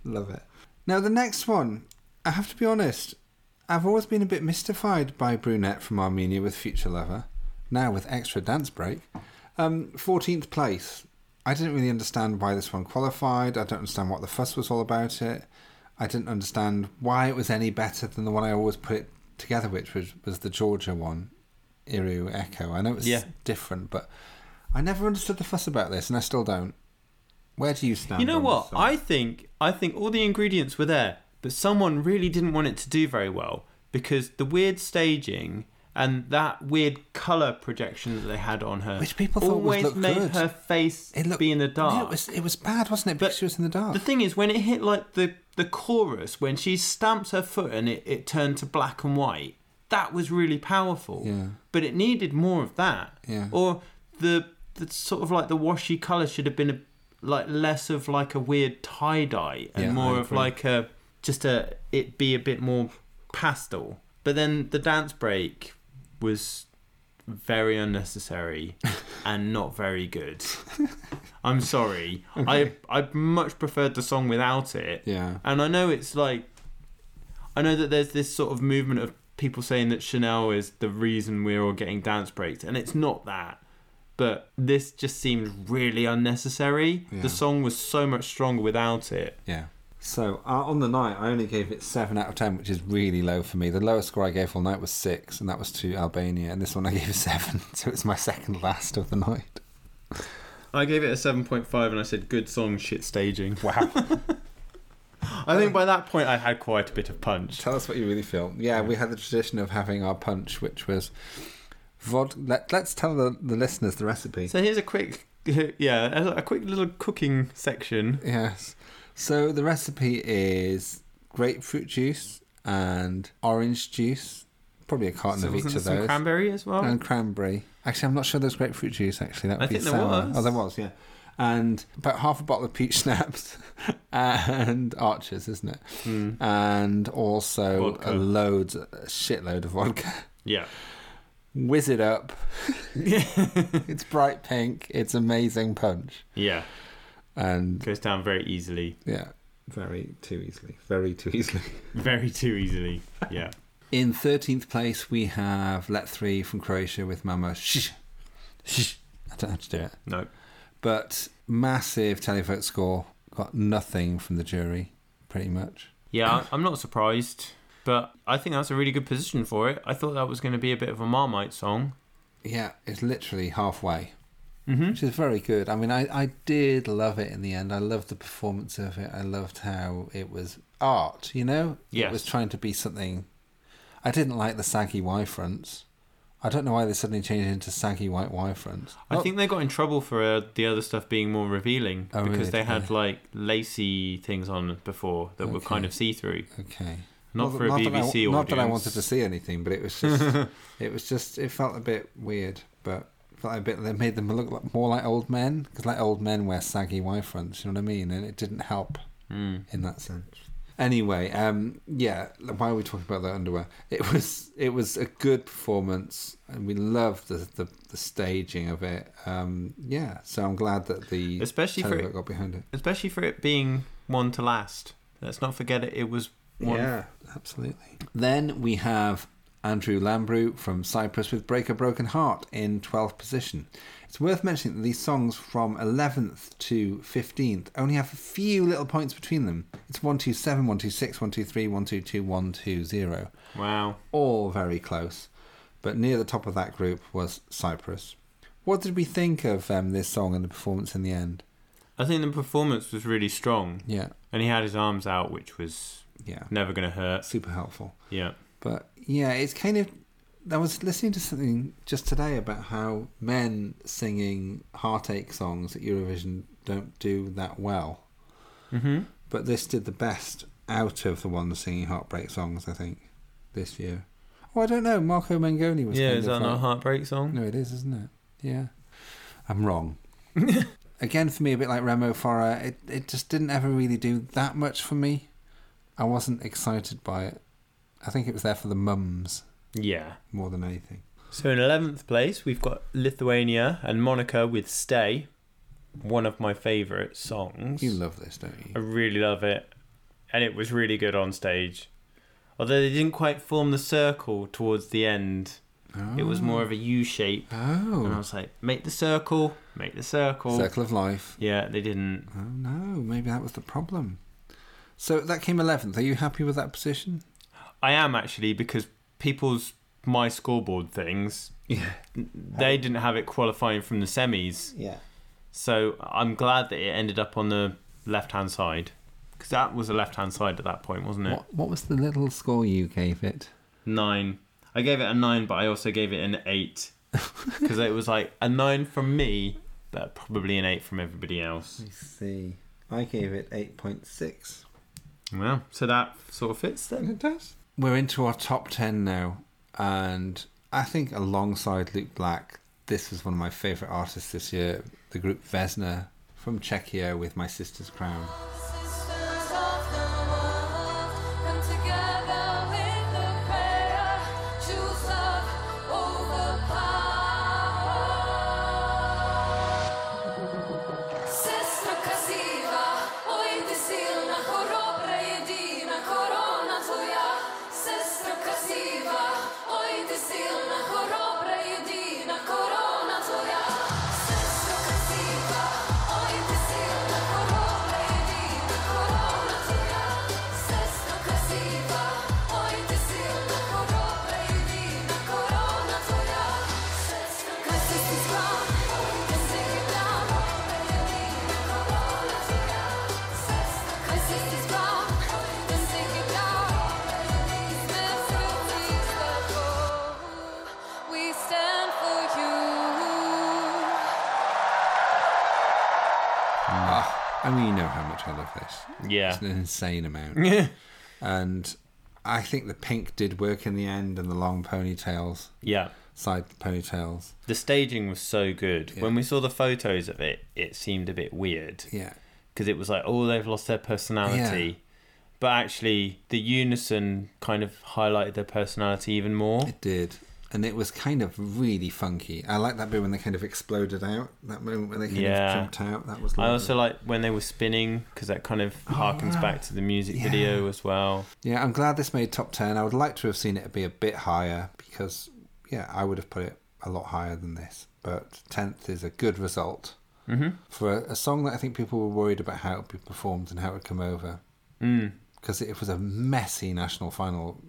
C: Love it. Now, the next one, I have to be honest, I've always been a bit mystified by Brunette from Armenia with Future Lover, now with Extra Dance Break. Um, 14th place. I didn't really understand why this one qualified. I don't understand what the fuss was all about it. I didn't understand why it was any better than the one I always put it together, which was, was the Georgia one, Iru Echo. I know it's
A: Yeah.
C: different, but I never understood the fuss about this, and I still don't. Where do you stand?
A: you know
C: on
A: what?
C: this song?
A: I think, I think all the ingredients were there, but someone really didn't want it to do very well because the weird staging and that weird colour projection that they had on her
C: Which people thought was-
A: always
C: looked
A: made
C: good.
A: her face be in the dark.
C: No, it was it was bad, wasn't it? Because she was in the dark.
A: The thing is, when it hit like the the chorus, when she stamps her foot and it, it turned to black and white, that was really powerful.
C: Yeah.
A: But it needed more of that.
C: Yeah.
A: Or the the sort of like the washy colour should have been a like less of like a weird tie dye and
C: Yeah,
A: more
C: I
A: of
C: agree.
A: like a just a it be a bit more pastel. But then the dance break was very unnecessary and not very good. I'm sorry. I I much preferred the song without it.
C: Yeah.
A: And I know it's like I know that there's this sort of movement of people saying that Chanel is the reason we're all getting dance breaks and it's not that. But this just seemed really unnecessary.
C: Yeah.
A: The song was so much stronger without it.
C: yeah. So uh, on the night, I only gave it seven out of ten, which is really low for me. The lowest score I gave all night was six, and that was to Albania. And this one I gave a seven, so it's my second last of the night.
A: I gave it a 7.5 and I said good song shit staging. Wow. I think by that point I had quite a bit of punch.
C: Tell us what you really feel. Yeah, we had the tradition of having our punch, which was vod. Let, let's tell the, the listeners the recipe.
A: So here's a quick, yeah, a, a quick little cooking section.
C: Yes. So the recipe is grapefruit juice and orange juice, probably a carton
A: So
C: of each
A: wasn't there
C: of
A: some
C: those.
A: cranberry as well?
C: and cranberry. Actually, I'm not sure there's grapefruit juice. Actually, that would
A: I
C: be
A: think there
C: sour.
A: was.
C: Oh, there was. Yeah, and about half a bottle of peach schnapps and Archers, isn't it?
A: Hmm.
C: And also
A: Vodka.
C: a loads, a shitload of vodka.
A: Yeah.
C: Whiz it up. it's bright pink. It's amazing punch.
A: Yeah.
C: And
A: Goes down very easily.
C: yeah, very too easily. Very too easily.
A: Very too easily. Yeah.
C: In 13th place, we have Let Three from Croatia with Mama Shh. Shh. I don't know how to do it.
A: No.
C: But massive televote score. Got nothing from the jury, pretty much.
A: Yeah, I- I'm not surprised, but I think that's a really good position for it. I thought that was going to be a bit of a Marmite song.
C: Yeah, it's literally halfway, mm-hmm. which is very good. I mean, I, I did love it in the end. I loved the performance of it. I loved how it was art, you know?
A: Yes.
C: It was trying to be something. I didn't like the saggy Y fronts. I don't know why they suddenly changed it into saggy white Y fronts.
A: I think they got in trouble for uh, the other stuff being more revealing
C: Oh,
A: because
C: really?
A: they
C: Did
A: had
C: they?
A: like lacy things on before that were kind
C: Okay.
A: of see through.
C: Okay.
A: Not
C: that-
A: for a
C: that I-
A: BBC
C: Not that I
A: audience.
C: wanted to see anything, but it was just, it was just, it felt a bit weird, but felt a bit. They made them look like, more like old men because like old men wear saggy Y fronts. You know what I mean? And it didn't help
A: Hmm.
C: in that sense. Anyway, um, yeah. Why are we talking about that underwear? It was it was a good performance, and we loved the the, the staging of it. Um, yeah, so I'm glad that the
A: Especially for-
C: Televote got behind it.
A: Especially for it being one to last. Let's not forget it, it was one.
C: Yeah, absolutely. Then we have Andrew Lambrew from Cyprus with Break a Broken Heart in 12th position. It's worth mentioning that these songs from 11th to 15th only have a few little points between them. It's 127, 126, 123, 122, 120.
A: Wow.
C: All very close. But near the top of that group was Cyprus. What did we think of um, this song and the performance in the end?
A: I think the performance was really strong.
C: Yeah,
A: And he had his arms out, which was
C: yeah.
A: never going to hurt.
C: Super helpful.
A: Yeah.
C: But yeah, it's kind of. I was listening to something just today about how men singing heartache songs at Eurovision don't do that well. Mm-hmm. But this did the best out of the ones singing heartbreak songs, I think, this year. Oh, I don't know. Marco Mengoni was.
A: Yeah,
C: kind
A: is
C: of
A: that not a
C: like-
A: heartbreak song?
C: No, it is, isn't it? Yeah, I'm wrong. Again, for me, a bit like Remo Farah, it it just didn't ever really do that much for me. I wasn't excited by it. I think it was there for the mums
A: Yeah.
C: more than anything.
A: So in 11th place, we've got Lithuania and Monica with Stay, one of my favourite songs.
C: You love this, don't
A: I
C: you?
A: really love it. And it was really good on stage. Although they didn't quite form the circle towards the end, it was more of a U shape. And I
C: Oh,
A: was like, make the circle, make the circle.
C: Circle of Life.
A: Yeah, they didn't.
C: Oh no, maybe that was the problem. So that came eleventh. Are you happy with that position?
A: I am actually because people's my scoreboard things,
C: Yeah,
A: they didn't have it qualifying from the semis.
C: yeah.
A: So I'm glad that it ended up on the left hand side because that was the left hand side at that point, wasn't it?
C: What what was the little score you gave it?
A: Nine. I gave it a nine, but I also gave it an eight because it was like a nine from me, but probably an eight from everybody else.
C: see. I gave it eight point six.
A: Well, so that sort of fits then.
C: does. We're into our top 10 now, and I think alongside Luke Black, this was one of my favourite artists this year, the group Vesna from Czechia with My Sister's Crown.
B: Sisters of the world, come together with the prayer. Choose love over power. Sestra krasiva, oj ty silna, хоробра, єдина, корона твоя. Сестра красива, ой ти сильна, хоробра, єдина, корона твоя. Сестра красива, ой ти сильна, хоробра, єдина, корона твоя. Сестра красива, ой ти сильна, хоробра, єдина, корона твоя. Сестра красива, ой ти сильна, хоробра, єдина, корона твоя. Сестра красива, ой ти сильна, хоробра, єдина, корона твоя. We stand for you.
C: Ah, I mean, you know how much I love this.
A: Yeah.
C: It's an insane amount. and I think the pink did work in the end, and the long ponytails,
A: Yeah.
C: side ponytails.
A: The staging was so good. When we saw the photos of it, it seemed a bit weird
C: Yeah.
A: because it was like, oh, they've lost their personality.
C: Yeah.
A: But actually, the unison kind of highlighted their personality even more.
C: It did. And it was kind of really funky. I like that bit when they kind of exploded out. That moment when they kind
A: Yeah.
C: of jumped out. That was
A: I
C: lovely.
A: also like when they were spinning because that kind of harkens back to the music
C: Oh, Yeah.
A: video as well.
C: Yeah, I'm glad this made top 10. I would like to have seen it be a bit higher because, yeah, I would have put it a lot higher than this. But 10th is a good result mm-hmm. for a, a song that I think people were worried about how it would be performed and how it would come over.
A: Mm.
C: Because it was a messy national final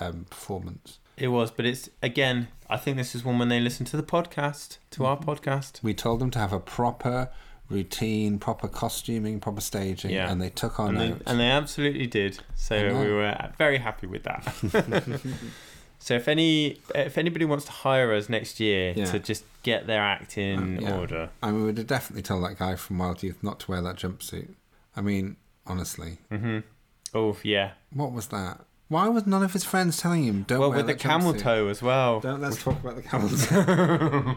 C: um, performance.
A: It was, but it's again, I think this is one when they listen to the podcast, to
C: Mm-hmm.
A: our podcast.
C: We told them to have a proper routine, proper costuming, proper staging,
A: Yeah.
C: and they took on
A: and they,
C: note.
A: and they absolutely did. So
C: Oh, know.
A: we were uh, very happy with that. so if any if anybody wants to hire us next year
C: Yeah. Oh,
A: to just get their act in
C: Yeah.
A: order,
C: I mean, we'd have definitely told that guy from Wild Youth not to wear that jumpsuit. I mean, honestly,
A: oh yeah,
C: what was that? Why was none of his friends telling him don't
A: well
C: wear
A: with the
C: that
A: camel
C: jumpsuit?
A: toe as well.
C: Don't let's talk about the camel toe.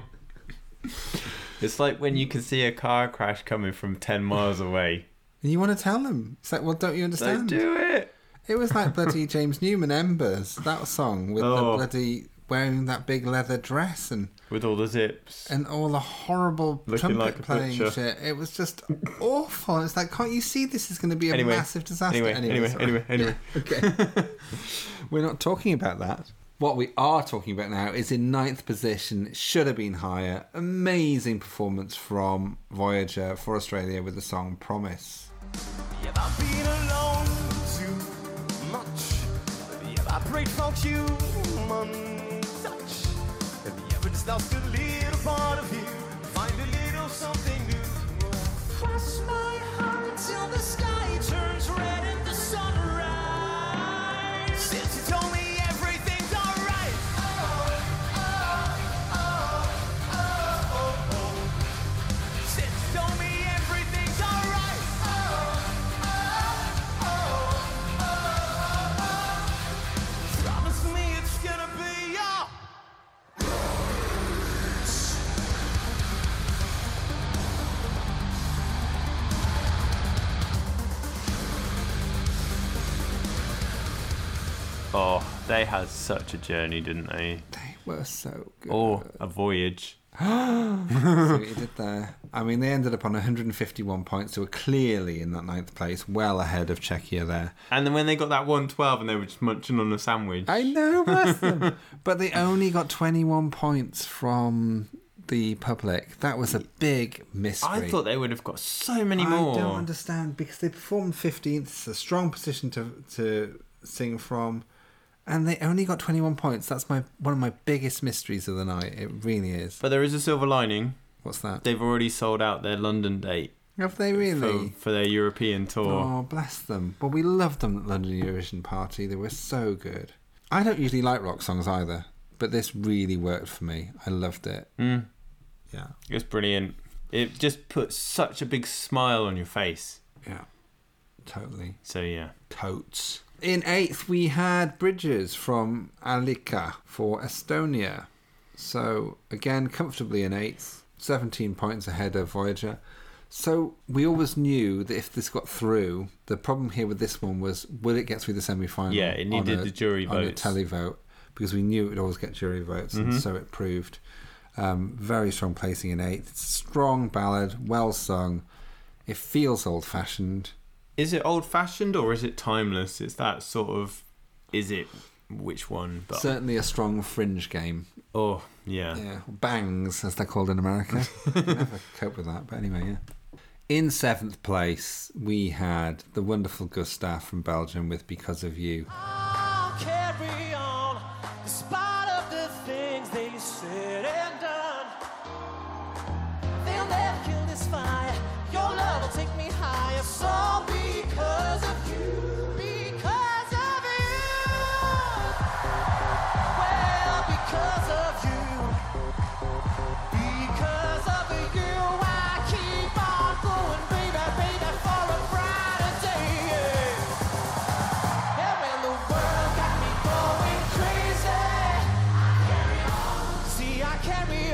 A: It's like when you can see a car crash coming from ten miles away.
C: and you want to tell him? It's like, well, don't you
A: Don't
C: understand?
A: do it.
C: It was like bloody James Newman Embers that song with
A: Oh.
C: the bloody wearing that big leather dress and
A: With all the zips.
C: and all the horrible
A: Looking
C: trumpet
A: like a
C: playing
A: butcher.
C: shit. It was just awful. It's like, can't you see this is going to be a
A: Anyway,
C: massive disaster?
A: anyway, anyway,
C: sorry.
A: anyway, anyway.
C: Yeah, okay. We're not talking about that. What we are talking about now is in ninth position. Should have been higher. Amazing performance from Voyager for Australia with the song "Promise."
D: Yeah, I've been alone too much. Yeah, I prayed for human touch. Have you ever just lost a little part of you? Find a little something new. Cross my heart till the sky turns red in the sunrise. Since you told me everything's alright. Since you told me everything's alright. Promise me it's gonna be all
A: Oh, they had such a journey, didn't they?
C: They were so good.
A: Or a voyage.
C: See what you did there. I mean, they ended up on 151 points, so were clearly in that ninth place, well ahead of Czechia there.
A: And then when they got that 112 and they were just munching on a sandwich.
C: I know, bless them. But they only got 21 points from the public. That was a big mystery.
A: I thought they would have got so many
C: I
A: more.
C: don't understand because they performed 15th, it's a strong position to to sing from, and they only got 21 points. That's my one of my biggest mysteries of the night. It really is.
A: But there is a silver lining.
C: What's that?
A: They've already sold out their London date
C: Have they
A: for,
C: really?
A: for their European tour.
C: Oh, bless them. Well, we loved them at London Eurovision Party. They were so good. I don't usually like rock songs either, but this really worked for me. I loved it. Yeah.
A: It was brilliant. It just put such a big smile on your face.
C: Yeah. Totally.
A: So yeah.
C: Totes. In eighth, we had Bridges from Alika for Estonia. So, again, comfortably in eighth, 17 points ahead of Voyager. So, we always knew that if this got through, the problem here with this one was will it get through the semi final?
A: Yeah, it needed the jury
C: on a
A: votes. Mm-hmm.
C: tele vote because we knew it would always get jury votes, and so it proved. Um, very strong placing in eighth. It's a strong ballad, well sung. It feels old fashioned.
A: Is it old fashioned or is it timeless? It's that sort of is it which one? But
C: Certainly a strong fringe game.
A: oh yeah.
C: Yeah, bangs as they're called in America. I never cope with that, but anyway, yeah. In seventh place, we had the wonderful Gustav from Belgium with "Because of You."
D: I'll carry on, despite of the things they said and done. They'll never kill this fire. Your love will take me higher. So because of you, because of you, well, because of you, because of you, I keep on going, baby, baby, for a brighter day. yeah. And when the world got me going crazy, I carry on. See, I carry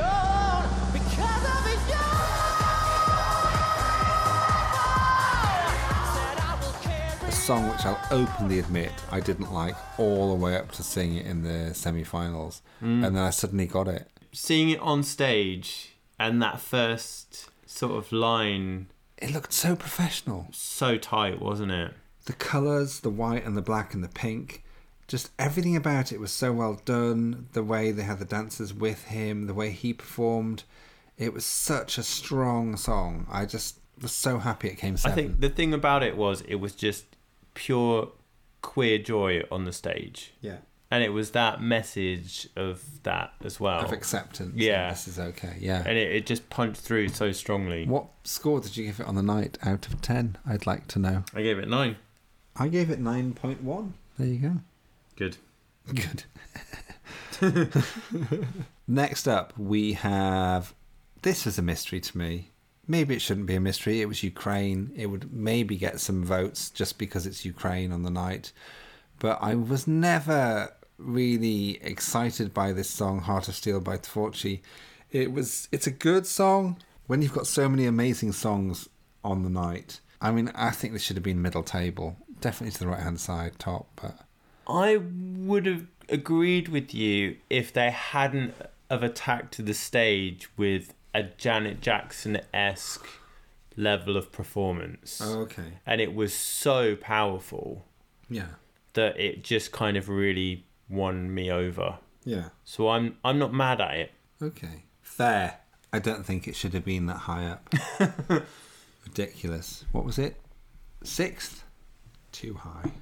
C: song which I'll openly admit I didn't like all the way up to seeing it in the semi finals. And then I suddenly got it.
A: Seeing it on stage and that first sort of line,
C: It looked so professional.
A: so tight, wasn't it?
C: the colors, the white and the black and the pink, just everything about it was so well done. The way they had the dancers with him, the way he performed, it was such a strong song. I just was so happy it came
A: I
C: seven.
A: think the thing about it was it was just pure queer joy on the stage.
C: yeah,
A: And it was that message of that as well.
C: of acceptance.
A: Oh. Yeah.
C: this is okay. Yeah.
A: And it, it just punched through so strongly.
C: what score did you give it on the night out of ten? I'd like to know.
A: I gave it nine.
C: I gave it nine point one. There you go.
A: Good.
C: Good. Next up, we have. This is a mystery to me. Maybe it shouldn't be a mystery. It was Ukraine. It would maybe get some votes just because it's Ukraine on the night. But I was never really excited by this song, Heart of Steel by Tvorchi. It was. It's a good song when you've got so many amazing songs on the night. I mean, I think this should have been middle table, definitely to the right hand side, top. But
A: I would have agreed with you if they hadn't have attacked the stage with a Janet Jackson esque level of performance.
C: Oh, okay,
A: And it was so powerful
C: yeah.
A: that it just kind of really won me over.
C: Yeah.
A: So I'm I'm not mad at it.
C: Okay. Fair. I don't think it should have been that high up. Ridiculous. What was it? Sixth? Too high.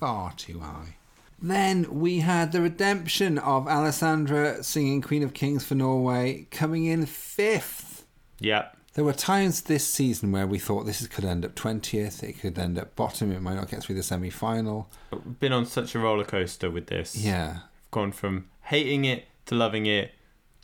C: Far too high. Then we had the redemption of Alessandra singing Queen of Kings for Norway coming in fifth.
A: Yeah.
C: There were times this season where we thought this could end up 20th, it could end up bottom, it might not get through the semi final.
A: Been on such a roller coaster with this.
C: Yeah.
A: Gone from hating it to loving it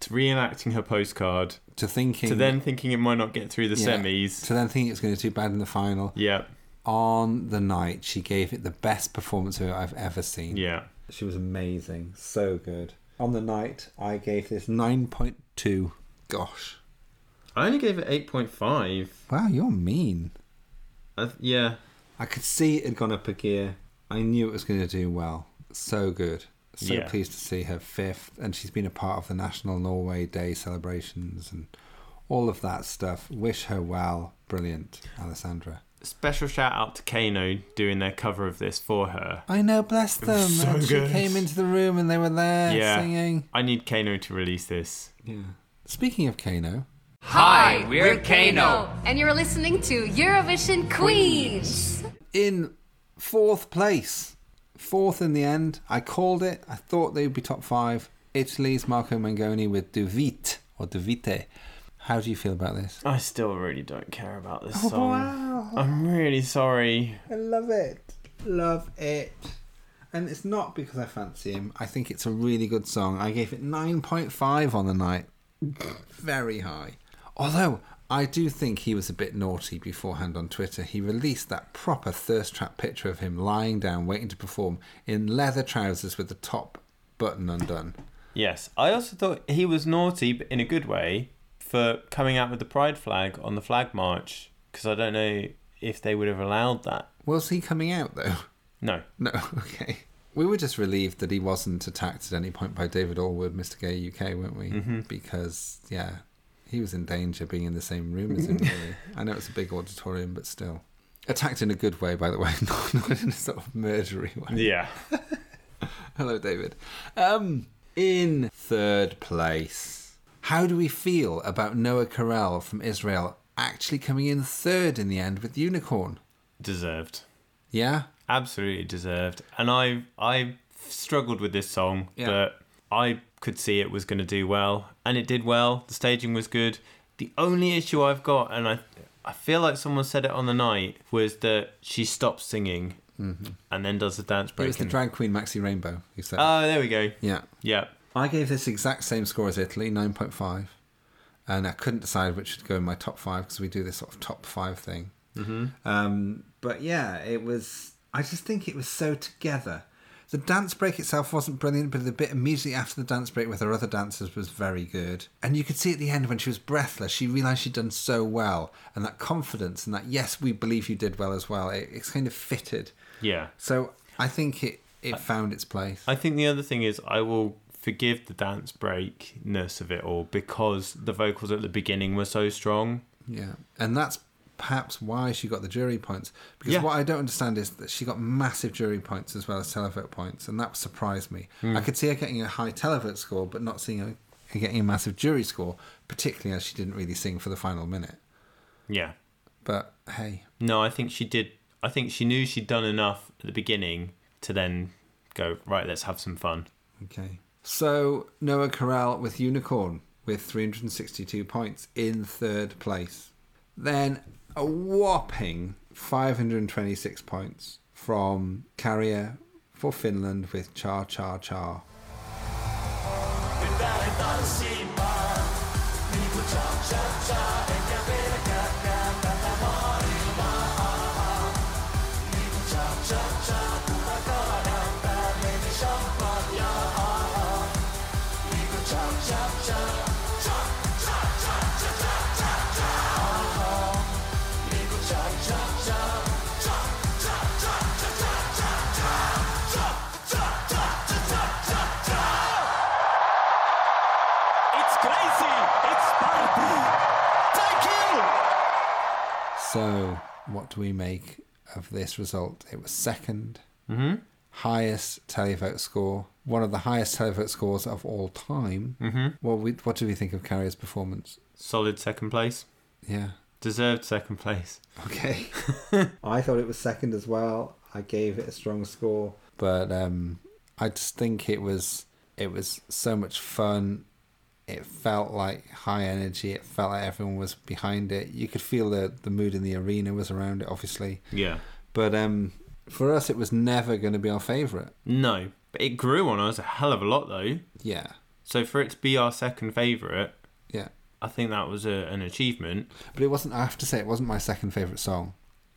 A: to reenacting her postcard
C: To thinking.
A: to then thinking it might not get through the
C: yeah,
A: semis.
C: To then thinking it's going to do bad in the final.
A: Yeah.
C: on the night she gave it the best performance of it I've ever seen.
A: Yeah.
C: She was amazing. So good. On the night I gave this 9.2. Gosh.
A: I only gave it 8.5.
C: Wow, you're mean.
A: I th- yeah.
C: I could see it had gone up a gear. I knew it was going to do well. So good. So
A: Yeah.
C: pleased to see her fifth and she's been a part of the National Norway Day celebrations and all of that stuff. Wish her well. Brilliant, Alessandra.
A: Special shout out to Kano doing their cover of this for her.
C: I know, bless them.
A: so
C: and
A: good.
C: She came into the room and they were there
A: Yeah.
C: singing.
A: I need Kano to release this.
C: Speaking of Kano,
H: Hi, we're Kano.
F: And you're listening to Eurovision Queens.
C: in fourth place, fourth in the end, I called it. I thought they would be top five. Italy's Marco Mangoni with Duvite or Duvite. How do you feel about this?
A: I still really don't care about this song. I'm really sorry.
C: I love it. Love it. And it's not because I fancy him. I think it's a really good song. I gave it 9.5 on the night. Very high. Although, I do think he was a bit naughty beforehand on Twitter. He released that proper thirst trap picture of him lying down, waiting to perform in leather trousers with the top button undone.
A: Yes, I also thought he was naughty, but in a good way, for coming out with the pride flag on the flag march. Because I don't know if they would have allowed that.
C: Was he coming out, though?
A: No,
C: No, okay. We were just relieved that he wasn't attacked at any point by David Allwood, Mr. Gay UK, weren't we?
A: Mm-hmm.
C: Because, yeah, he was in danger being in the same room as him, really. I know it's a big auditorium, but still. Attacked in a good way, by the way, not, not in a sort of murdery way.
A: yeah,
C: Hello, David. Um, in third place, how do we feel about Noah Carell from Israel actually coming in third in the end with Unicorn?
A: deserved,
C: Yeah?
A: absolutely deserved. And I, I struggled with this song,
C: Yeah.
A: but I could see it was going to do well, and it did well. The staging was good. The only issue I've got, and I, I feel like someone said it on the night, was that she stops singing and then does the dance
C: Mm-hmm. It was the
A: breaking.
C: drag queen Maxi Rainbow who said
A: oh, there we go.
C: Yeah.
A: Yeah.
C: I gave this exact same score as Italy, 9.5. And I couldn't decide which should go in my top five because we do this sort of top five thing. Mm-hmm. Um, but yeah, it was. I just think it was so together. The dance break itself wasn't brilliant, but the bit immediately after the dance break with her other dancers was very good. And you could see at the end when she was breathless, she realised she'd done so well. And that confidence and that, yes, we believe you did well as well, it, it's kind of fitted.
A: Yeah.
C: So I think it, it found its place.
A: I think the other thing is I will forgive the dance breakness of it all because the vocals at the beginning were so strong.
C: Yeah, and that's perhaps why she got the jury points. Because
A: Yeah.
C: what I don't understand is that she got massive jury points as well as televote points, and that surprised me. I could see her getting a high televote score, but not seeing her her getting a massive jury score, particularly as she didn't really sing for the final minute.
A: Yeah.
C: But hey,
A: No, I think she did. I think she knew she'd done enough at the beginning to then go right. Let's have some fun.
C: okay. So Noah Corral with Unicorn with 362 points in third place. Then a whopping 526 points from Carrier for Finland with Cha Cha Cha.
I: It's crazy. It's party. Thank you.
C: So, what do we make of this result? It was 2nd highest televote score, one of the highest televote scores of all time. Mm-hmm. What we, what do we think of Carrier's performance?
A: Solid second place.
C: Yeah.
A: Deserved second place.
C: Okay. I thought it was second as well. I gave it a strong score, but um, I just think it was it was so much fun. It felt like high energy. It felt like everyone was behind it. You could feel the the mood in the arena was around it, obviously.
A: Yeah.
C: But um, for us, it was never going to be our favourite.
A: No, but it grew on us a hell of a lot though.
C: Yeah,
A: So for it to be our second favourite,
C: yeah.
A: I think that was a, an achievement.
C: But it wasn't. I have to say, it wasn't my second favourite song.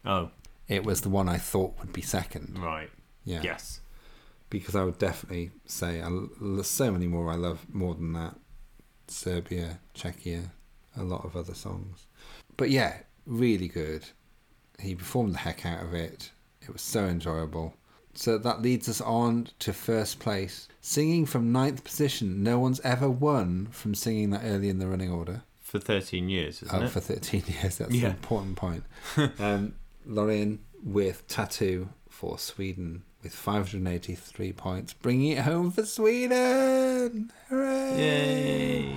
A: Oh,
C: It was the one I thought would be second.
A: right.
C: Yeah.
A: Yes.
C: Because I would definitely say I, l- there's so many more I love more than that. Serbia, Czechia, a lot of other songs. But yeah, really good. He performed the heck out of it. It was so enjoyable. So that leads us on to first place. Singing from ninth position. No one's ever won from singing that early in the running order.
A: For 13 years, isn't
C: Oh,
A: it?
C: for 13 years. That's
A: Yeah.
C: an important point. um, Lorraine with Tattoo for Sweden with 583 points, bringing it home for Sweden. Hooray!
A: Yay.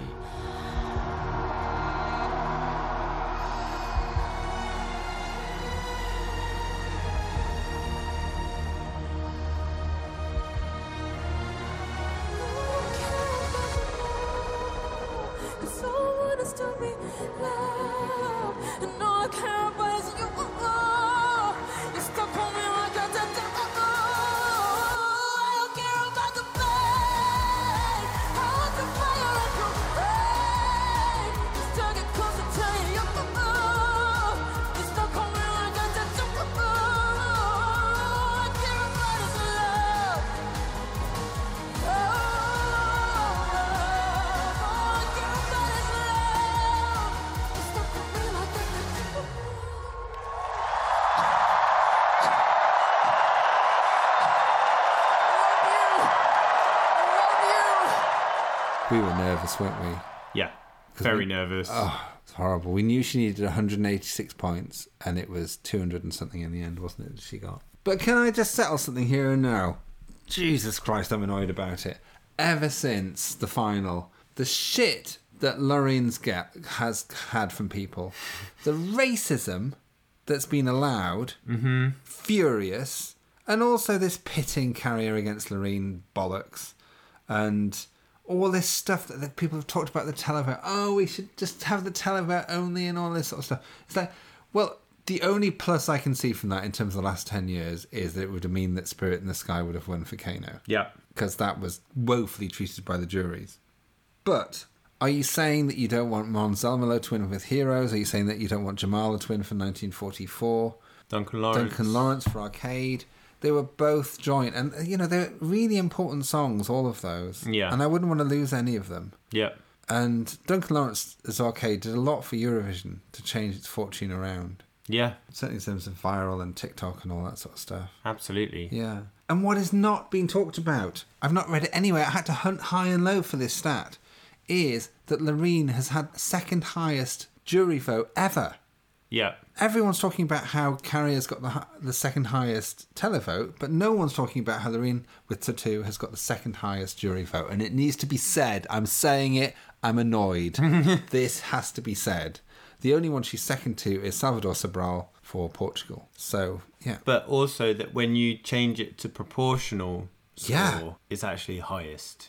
E: Someone is to be loved, and all I care about is you. Oh, You stuck on me like a dead I don't care about the pain. I want the fire and your pain. Just to get closer to you. You stuck on me like a dead All I care about is love. Oh, all I care about is love. You stuck on me like a dead
C: We were nervous, weren't we?
A: Yeah. Very nervous.
C: It's horrible. We knew she needed 186 points, and it was 200 and something in the end, wasn't it? that She got. But can I just settle something here and now? Jesus Christ, I'm annoyed about it. Ever since the final, the shit that Lorraine's get has had from people, the racism that's been allowed, furious, and also this pitting carrier against Lorraine bollocks and all this stuff that, that people have talked about the televote. Oh, we should just have the televote only and all this sort of stuff. It's like, well, the only plus I can see from that in terms of the last 10 years is that it would mean that Spirit in the Sky would have won for Kano.
A: yeah.
C: Because that was woefully treated by the juries. But are you saying that you don't want Mon Zelmerlo to win with Heroes? Are you saying that you don't want Jamala to win for 1944?
A: Duncan Lawrence.
C: Duncan Lawrence for Arcade. They were both joint, and uh, you know they're really important songs, all of those.
A: Yeah.
C: And I wouldn't want to lose any of them.
A: Yeah.
C: And Duncan Lawrence as Arcade did a lot for Eurovision to change its fortune around.
A: Yeah,
C: Certainly in terms of viral and TikTok and all that sort of stuff.
A: absolutely.
C: Yeah. And what is not being talked about, I've not read it anywhere, I had to hunt high and low for this stat, is that Loreen has had the second highest jury vote ever.
A: Yeah.
C: Everyone's talking about how Carrier's got the, hi- the second highest televote, but no one's talking about how Loreen with Tattoo has got the second highest jury vote. And it needs to be said. I'm saying it. I'm annoyed. this has to be said. The only one she's second to is Salvador Sobral for Portugal. So, yeah.
A: But also that when you change it to proportional score,
C: Yeah.
A: it's actually highest.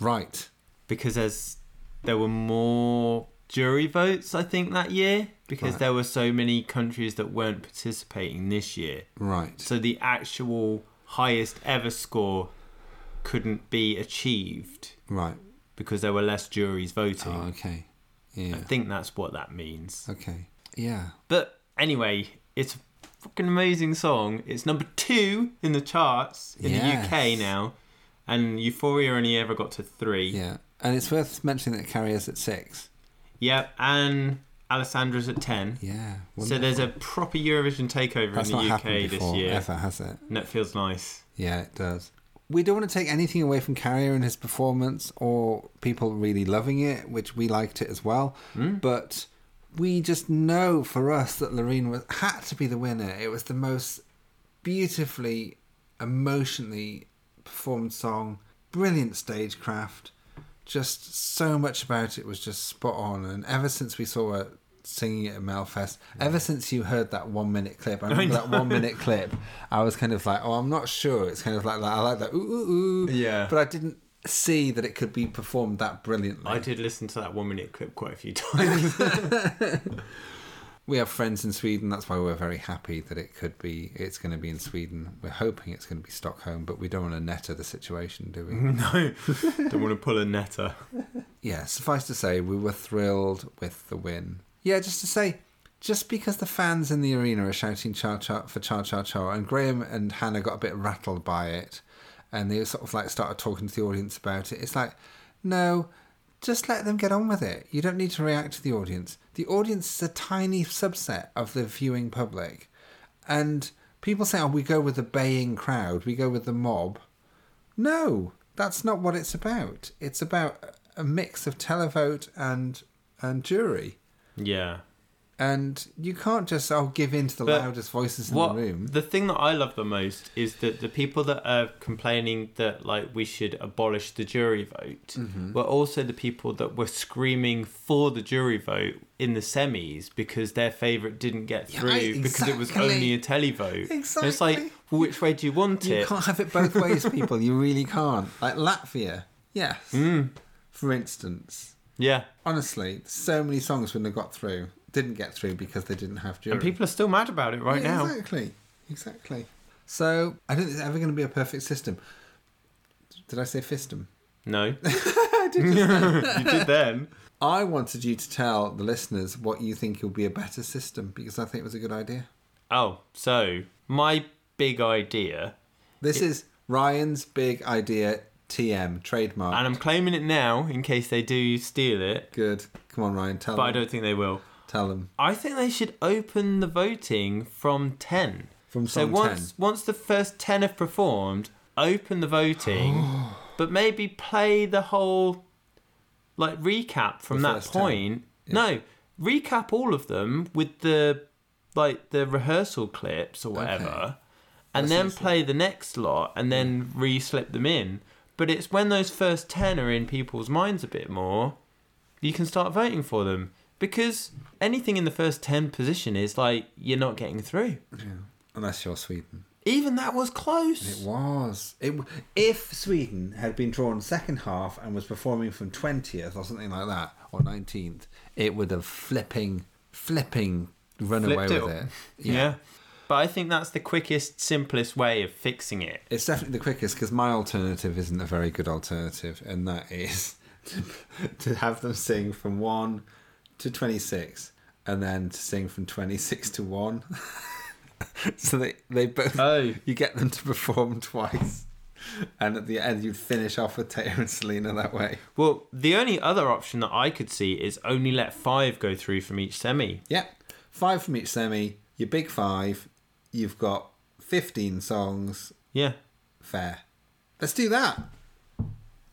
C: right.
A: because there's there were more jury votes I think that year because
C: Right.
A: there were so many countries that weren't participating this year.
C: Right.
A: So the actual highest ever score couldn't be achieved
C: Right.
A: because there were less juries voting.
C: Oh, okay. Yeah.
A: I think that's what that means.
C: okay. Yeah.
A: But anyway, it's a fucking amazing song. It's number 2 in the charts in
C: Yes.
A: the UK now and Euphoria only ever got to 3.
C: Yeah. And it's worth mentioning that Carrier's at six.
A: Yep, and Alessandra's at 10.
C: Yeah.
A: So
C: wonderful.
A: there's a proper Eurovision takeover
C: That's
A: in
C: not
A: the
C: happened
A: UK
C: before,
A: this year.
C: ever, has it?
A: And that feels nice.
C: Yeah, it does. We don't want to take anything away from Carrier and his performance or people really loving it, which we liked it as well. But we just know for us that Loreen was, had to be the winner. It was the most beautifully, emotionally performed song, brilliant stagecraft. Just so much about it was just spot on. And ever since we saw her singing it at Melfest, ever since you heard that one minute clip, I remember that one minute clip, I was kind of like, oh, I'm not sure. It's kind of like, that. I like that, ooh, ooh, ooh.
A: Yeah.
C: But I didn't see that it could be performed that brilliantly.
A: I did listen to that one minute clip quite a few times.
C: we have friends in Sweden. That's why we're very happy that it could be. It's going to be in Sweden. We're hoping it's going to be Stockholm, but we don't want to netter the situation, do we?
A: no, don't want to pull a netter.
C: yeah. Suffice to say, we were thrilled with the win. Yeah. Just to say, just because the fans in the arena are shouting "cha cha" for "cha cha cha," and Graham and Hannah got a bit rattled by it, and they sort of like started talking to the audience about it. It's like, no. Just let them get on with it. You don't need to react to the audience. The audience is a tiny subset of the viewing public. And people say, oh, we go with the baying crowd, we go with the mob. No, that's not what it's about. It's about a mix of televote and and jury.
A: Yeah.
C: And you can't just oh give in to the
A: But
C: loudest voices in
A: What
C: the room.
A: the thing that I love the most is that the people that are complaining that like we should abolish the jury vote
C: Mm-hmm.
A: were also the people that were screaming for the jury vote in the semis because their favourite didn't get
C: Yeah,
A: through
C: I-
A: because it was
C: exactly.
A: only a televote. And it's
C: Exactly.
A: like, well, which way do you want
C: you
A: it?
C: can't have it both ways, people. You really can't. Like Latvia, yes.
A: Hmm.
C: For instance,
A: Yeah.
C: honestly, so many songs wouldn't have got through, didn't get through because they didn't have jury.
A: And people are still mad about it right
C: Yeah,
A: now.
C: Exactly. Exactly. So I don't think there's ever going to be a perfect system. Did I say fistum?
A: No. you did then.
C: I wanted you to tell the listeners what you think will be a better system because I think it was a good idea.
A: Oh, so my big idea,
C: This is Ryan's big idea TM trademark.
A: and I'm claiming it now in case they do steal it,
C: good. Come on, Ryan. Tell
A: but I
C: them.
A: don't think they will.
C: Tell them.
A: I think they should open the voting from 10.
C: From
A: so
C: song 10.
A: once once the first 10 have performed, open the voting, but maybe play the whole like recap from
C: The
A: that
C: first 10.
A: point. No, recap all of them with the like the rehearsal clips or whatever. And then play the next lot and then re-slip them in. But it's when those first 10 are in people's minds a bit more you can start voting for them because anything in the first 10 position is like you're not getting through
C: Unless you're Sweden.
A: even that was
C: It
A: close
C: was. It w- if Sweden had been drawn second half and was performing from twentieth or something like that or nineteenth, it would have flipping, flipping run
A: Flipped
C: away
A: it
C: with
A: up.
C: it.
A: yeah. but i think that's the quickest simplest way of fixing it
C: It's definitely the quickest because my alternative isn't a very good alternative, and that is to, to have them sing from 1 to 26 and then to sing from 26 to 1. so they, they both,
A: Oh.
C: you get them to perform twice, and at the end, you'd finish off with Taylor and Selena that way.
A: well the only other option that i could see is only let five go through from each semi
C: Yeah. five from each semi, your big five, you've got 15 songs,
A: Yeah.
C: fair. Let's do that.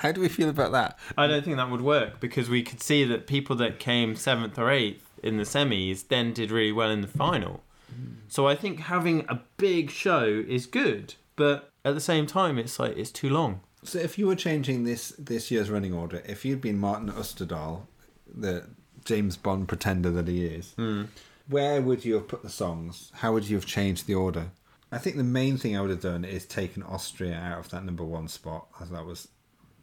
C: How do we feel about that?
A: I don't think that would work because we could see that people that came seventh or eighth in the semis then did really well in the final. So I think having a big show is good, but at the same time, it's like it's too long.
C: So if you were changing this this year's running order, if you'd been Martin Osterdahl, the James Bond pretender that he is, where would you have put the songs? How would you have changed the order? I think the main thing I would have done is taken Austria out of that number one spot, as that was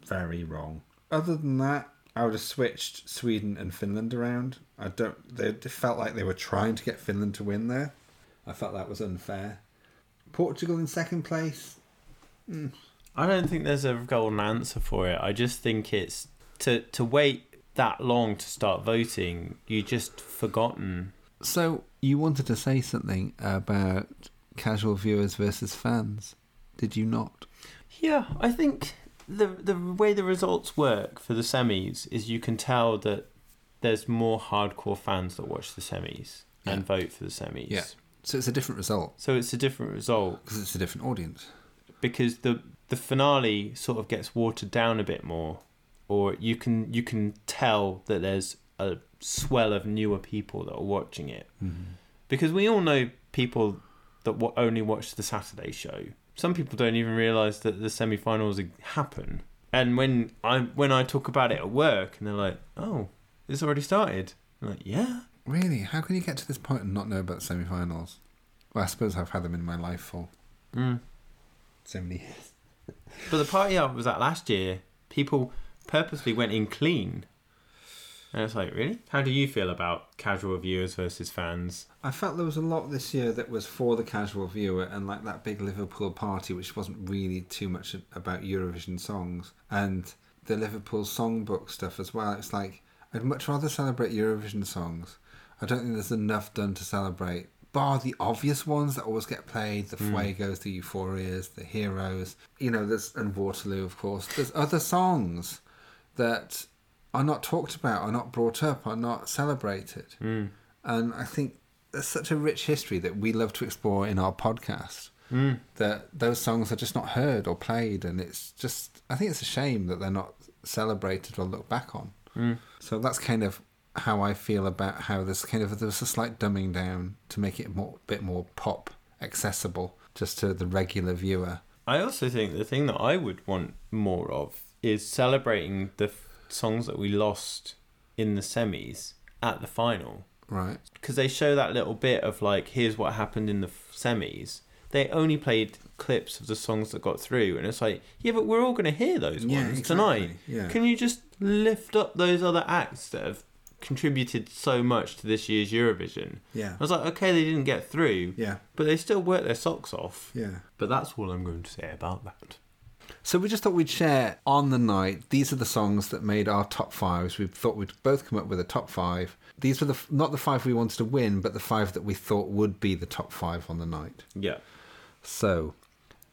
C: very wrong. Other than that, I would have switched Sweden and Finland around. I don't. They they felt like they were trying to get Finland to win there. I felt that was unfair. Portugal in second place.
A: I don't think there's a golden answer for it. I just think it's to to wait that long to start voting. You just forgotten.
C: So you wanted to say something about casual viewers versus fans, did you not?
A: Yeah, I think the the way the results work for the semis is you can tell that there's more hardcore fans that watch the semis and vote for the semis.
C: So it's a different result
A: So it's a different result
C: because it's a different audience.
A: because the the finale sort of gets watered down a bit more or you can you can tell that there's a swell of newer people that are watching it because we all know people that wa only watch the Saturday show some people don't even realize that the semi-finals e- happen and when I when I talk about it at work and they're like oh it's already started I'm like yeah
C: Really? How can you get to this point and not know about semi-finals? Well, I suppose I've had them in my life for so many years.
A: But the party I was at last year, people purposely went in clean. And it's like, really? How do you feel about casual viewers versus fans?
C: I felt there was a lot this year that was for the casual viewer, and like that big Liverpool party, which wasn't really too much about Eurovision songs, and the Liverpool songbook stuff as well. It's like I'd much rather celebrate Eurovision songs. I don't think there's enough done to celebrate, bar the obvious ones that always get played: the Fuegos, the Euphorias, the Heroes. You know, there's and Waterloo, of course. There's other songs that are not talked about, are not brought up, are not celebrated. And I think there's such a rich history that we love to explore in our podcast that those songs are just not heard or played. And it's just, I think it's a shame that they're not celebrated or looked back on. So that's kind of how I feel about how this kind of, there was a slight dumbing down to make it more, bit more pop accessible just to the regular viewer.
A: I also think the thing that I would want more of is celebrating the f- songs that we lost in the semis at the final.
C: Right.
A: Because they show that little bit of like, here's what happened in the f- semis. They only played clips of the songs that got through, and it's like, yeah, but we're all going to hear those
C: Yeah,
A: ones
C: exactly.
A: tonight.
C: Yeah.
A: Can you just lift up those other acts that have contributed so much to this year's Eurovision?
C: Yeah.
A: I was like, okay, they didn't get through.
C: Yeah.
A: But they still worked their socks off.
C: Yeah.
A: But that's all I'm going to say about that.
C: So we just thought we'd share on the night. These are the songs that made our top fives. We thought we'd both come up with a top five. These were the not the five we wanted to win, but the five that we thought would be the top five on the night.
A: Yeah.
C: So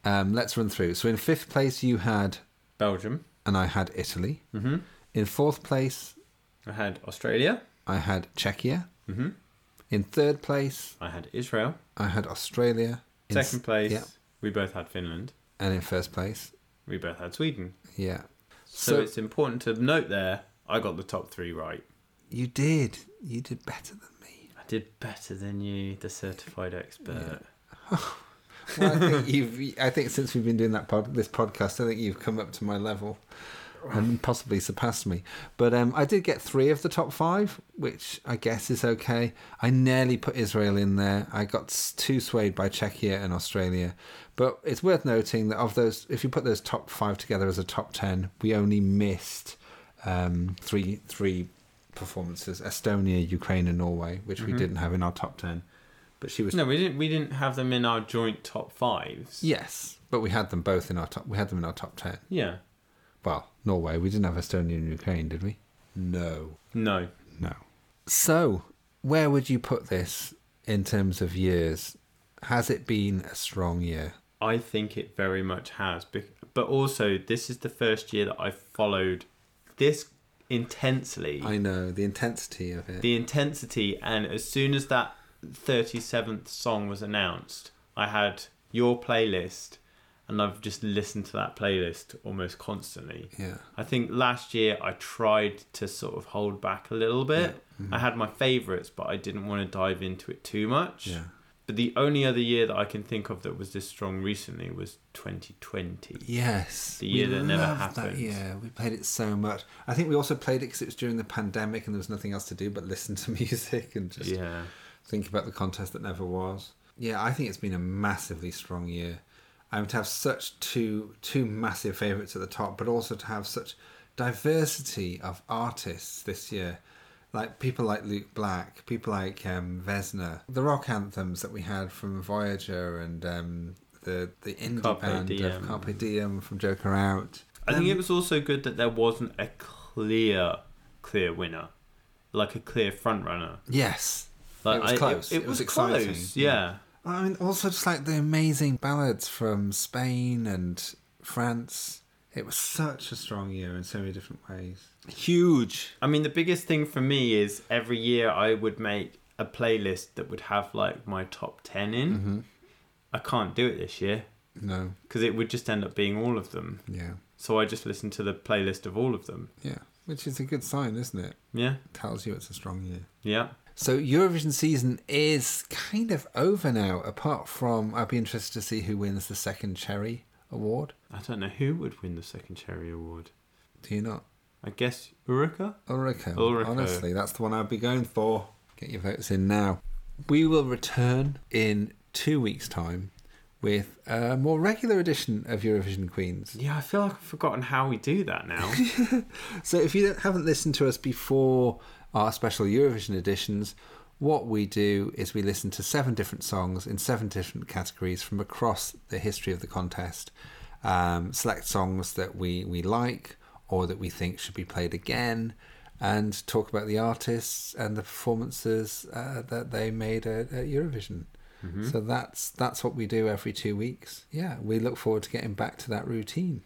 C: um, let's run through. So in fifth place you had,
A: Belgium.
C: and I had Italy. Mm-hmm. In fourth place
A: I had Australia.
C: I had Czechia. Mm-hmm. In third place
A: I had Israel.
C: I had Australia. In s-
A: Second place,
C: yeah,
A: we both had Finland.
C: and in first place,
A: We both had Sweden.
C: yeah.
A: So, it's important to note there, I got the top three right.
C: you did, you did better than me.
A: I did better than you, the certified expert.
C: well, I think you've. I think since we've been doing that pod, this podcast, I think you've come up to my level, and possibly surpassed me. But um, I did get three of the top five, which I guess is okay. I nearly put Israel in there. I got s- too swayed by Czechia and Australia. But it's worth noting that of those, if you put those top five together as a top ten, we only missed um, three three performances: Estonia, Ukraine, and Norway, which we didn't have in our top ten. But she was
A: No, we didn't. We didn't have them in our joint top fives.
C: Yes, but we had them both in our top. We had them in our top ten.
A: Yeah.
C: Well, Norway. We didn't have Estonia and Ukraine, did we? No,
A: No.
C: no. So, where would you put this in terms of years? Has it been a strong year?
A: I think it very much has. bec- But also, this is the first year that I've followed this intensely.
C: I know the intensity of it.
A: the intensity and as soon as that 37th song was announced i had your playlist and i've just listened to that playlist almost constantly
C: Yeah.
A: i think last year i tried to sort of hold back a little bit
C: Mm-hmm.
A: i had my favorites but i didn't want to dive into it too much
C: Yeah.
A: but the only other year that i can think of that was this strong recently was 2020
C: Yes.
A: The year
C: we
A: that never
C: loved That
A: happened.
C: year. We played it so much. I think we also played it because it was during the pandemic and there was nothing else to do but listen to music and just
A: yeah
C: think about the contest that never was. Yeah, I think it's been a massively strong year. And to have such two two massive favourites at the top, but also to have such diversity of artists this year, like people like Luke Black, people like um, Vesna, the rock anthems that we had from Voyager and um, the the indie
A: Carpe
C: band
A: Diem.
C: of Carpe Diem from Joker Out.
A: I think it was also good that there wasn't a clear, clear winner, like a clear front runner.
C: Yes,
A: Like,
C: it was
A: I-
C: close.
A: It, it was, close. Yeah.
C: I mean, also just like the amazing ballads from Spain and France. It was such a strong year in so many different ways. Huge.
A: I mean, the biggest thing for me is every year I would make a playlist that would have like my top ten in. I can't do it this year
C: No.
A: because it would just end up being all of them.
C: Yeah.
A: So I just listened to the playlist of all of them.
C: Yeah. Which is a good sign, isn't it?
A: Yeah.
C: Tells you it's a strong year.
A: Yeah.
C: So Eurovision season is kind of over now. Apart from, I'd be interested to see who wins the second Cherry Award.
A: I don't know who would win the second Cherry Award.
C: Do you not?
A: I guess Uruka.
C: Ulrico.
A: Ulrico.
C: Honestly, that's the one I'd be going for. Get your votes in now. We will return in two weeks' time with a more regular edition of Eurovision Queens.
A: Yeah, I feel like I've forgotten how we do that now.
C: So if you haven't listened to us before our special Eurovision editions, what we do is we listen to seven different songs in seven different categories from across the history of the contest. Um, select songs that we, we like or that we think should be played again and talk about the artists and the performances uh, that they made at, at Eurovision. So that's that's what we do every two weeks. Yeah, we look forward to getting back to that routine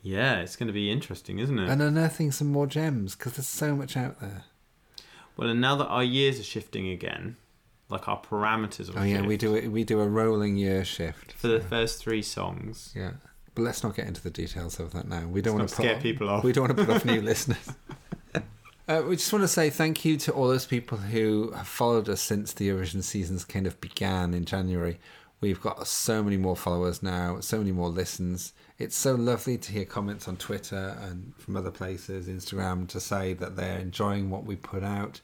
A: yeah, it's going to be interesting, isn't it?
C: and unearthing some more gems because there's so much out there.
A: Well, and now that our years are shifting again, like our parameters will
C: Oh yeah, we
A: shift.
C: do it. We do a rolling year shift.
A: For the first three songs.
C: Yeah, but let's not get into the details of that now. We don't want
A: Let's
C: to
A: not scare people off.
C: We don't want to put off new listeners. Uh, we just want to say thank you to all those people who have followed us since the Eurovision seasons kind of began in January. We've got so many more followers now, so many more listens. It's so lovely to hear comments on Twitter and from other places, Instagram, to say that they're enjoying what we put out.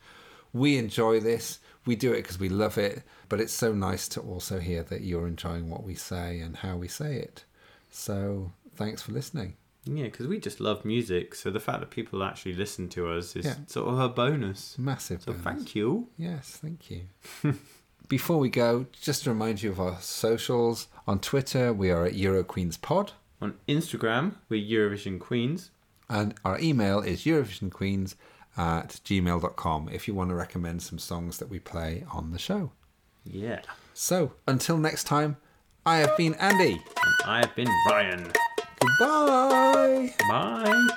C: We enjoy this. We do it because we love it. But it's so nice to also hear that you're enjoying what we say and how we say it. So thanks for listening.
A: Yeah, because we just love music, so the fact that people actually listen to us is
C: Yeah.
A: sort of a bonus.
C: Massive.
A: So
C: bonus.
A: thank you.
C: Yes, thank you. Before we go, just to remind you of our socials. On Twitter, we are at EuroQueensPod,
A: On Instagram, we're Eurovision Queens.
C: and our email is EurovisionQueens at gmail.com if you want to recommend some songs that we play on the show.
A: Yeah.
C: So, until next time, I have been Andy.
A: And I've been Ryan.
C: Goodbye.
A: Bye.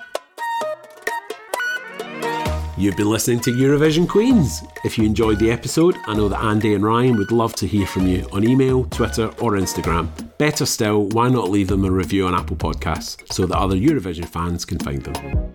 G: You've been listening to Eurovision Queens. If you enjoyed the episode, I know that Andy and Ryan would love to hear from you on email, Twitter, or Instagram. Better still, why not leave them a review on Apple Podcasts so that other Eurovision fans can find them?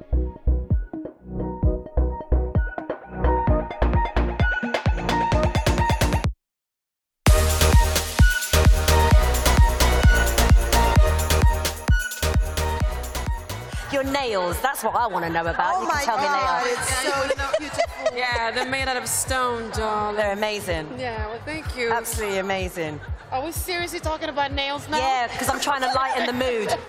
E: Your nails, that's what I want to know about. you can tell me later.
J: it's so beautiful.
K: Yeah, they're made out of stone, darling.
E: They're amazing.
K: Yeah, well, thank you.
E: Absolutely amazing.
K: Are we seriously talking about nails now?
E: Yeah, because I'm trying to lighten the mood.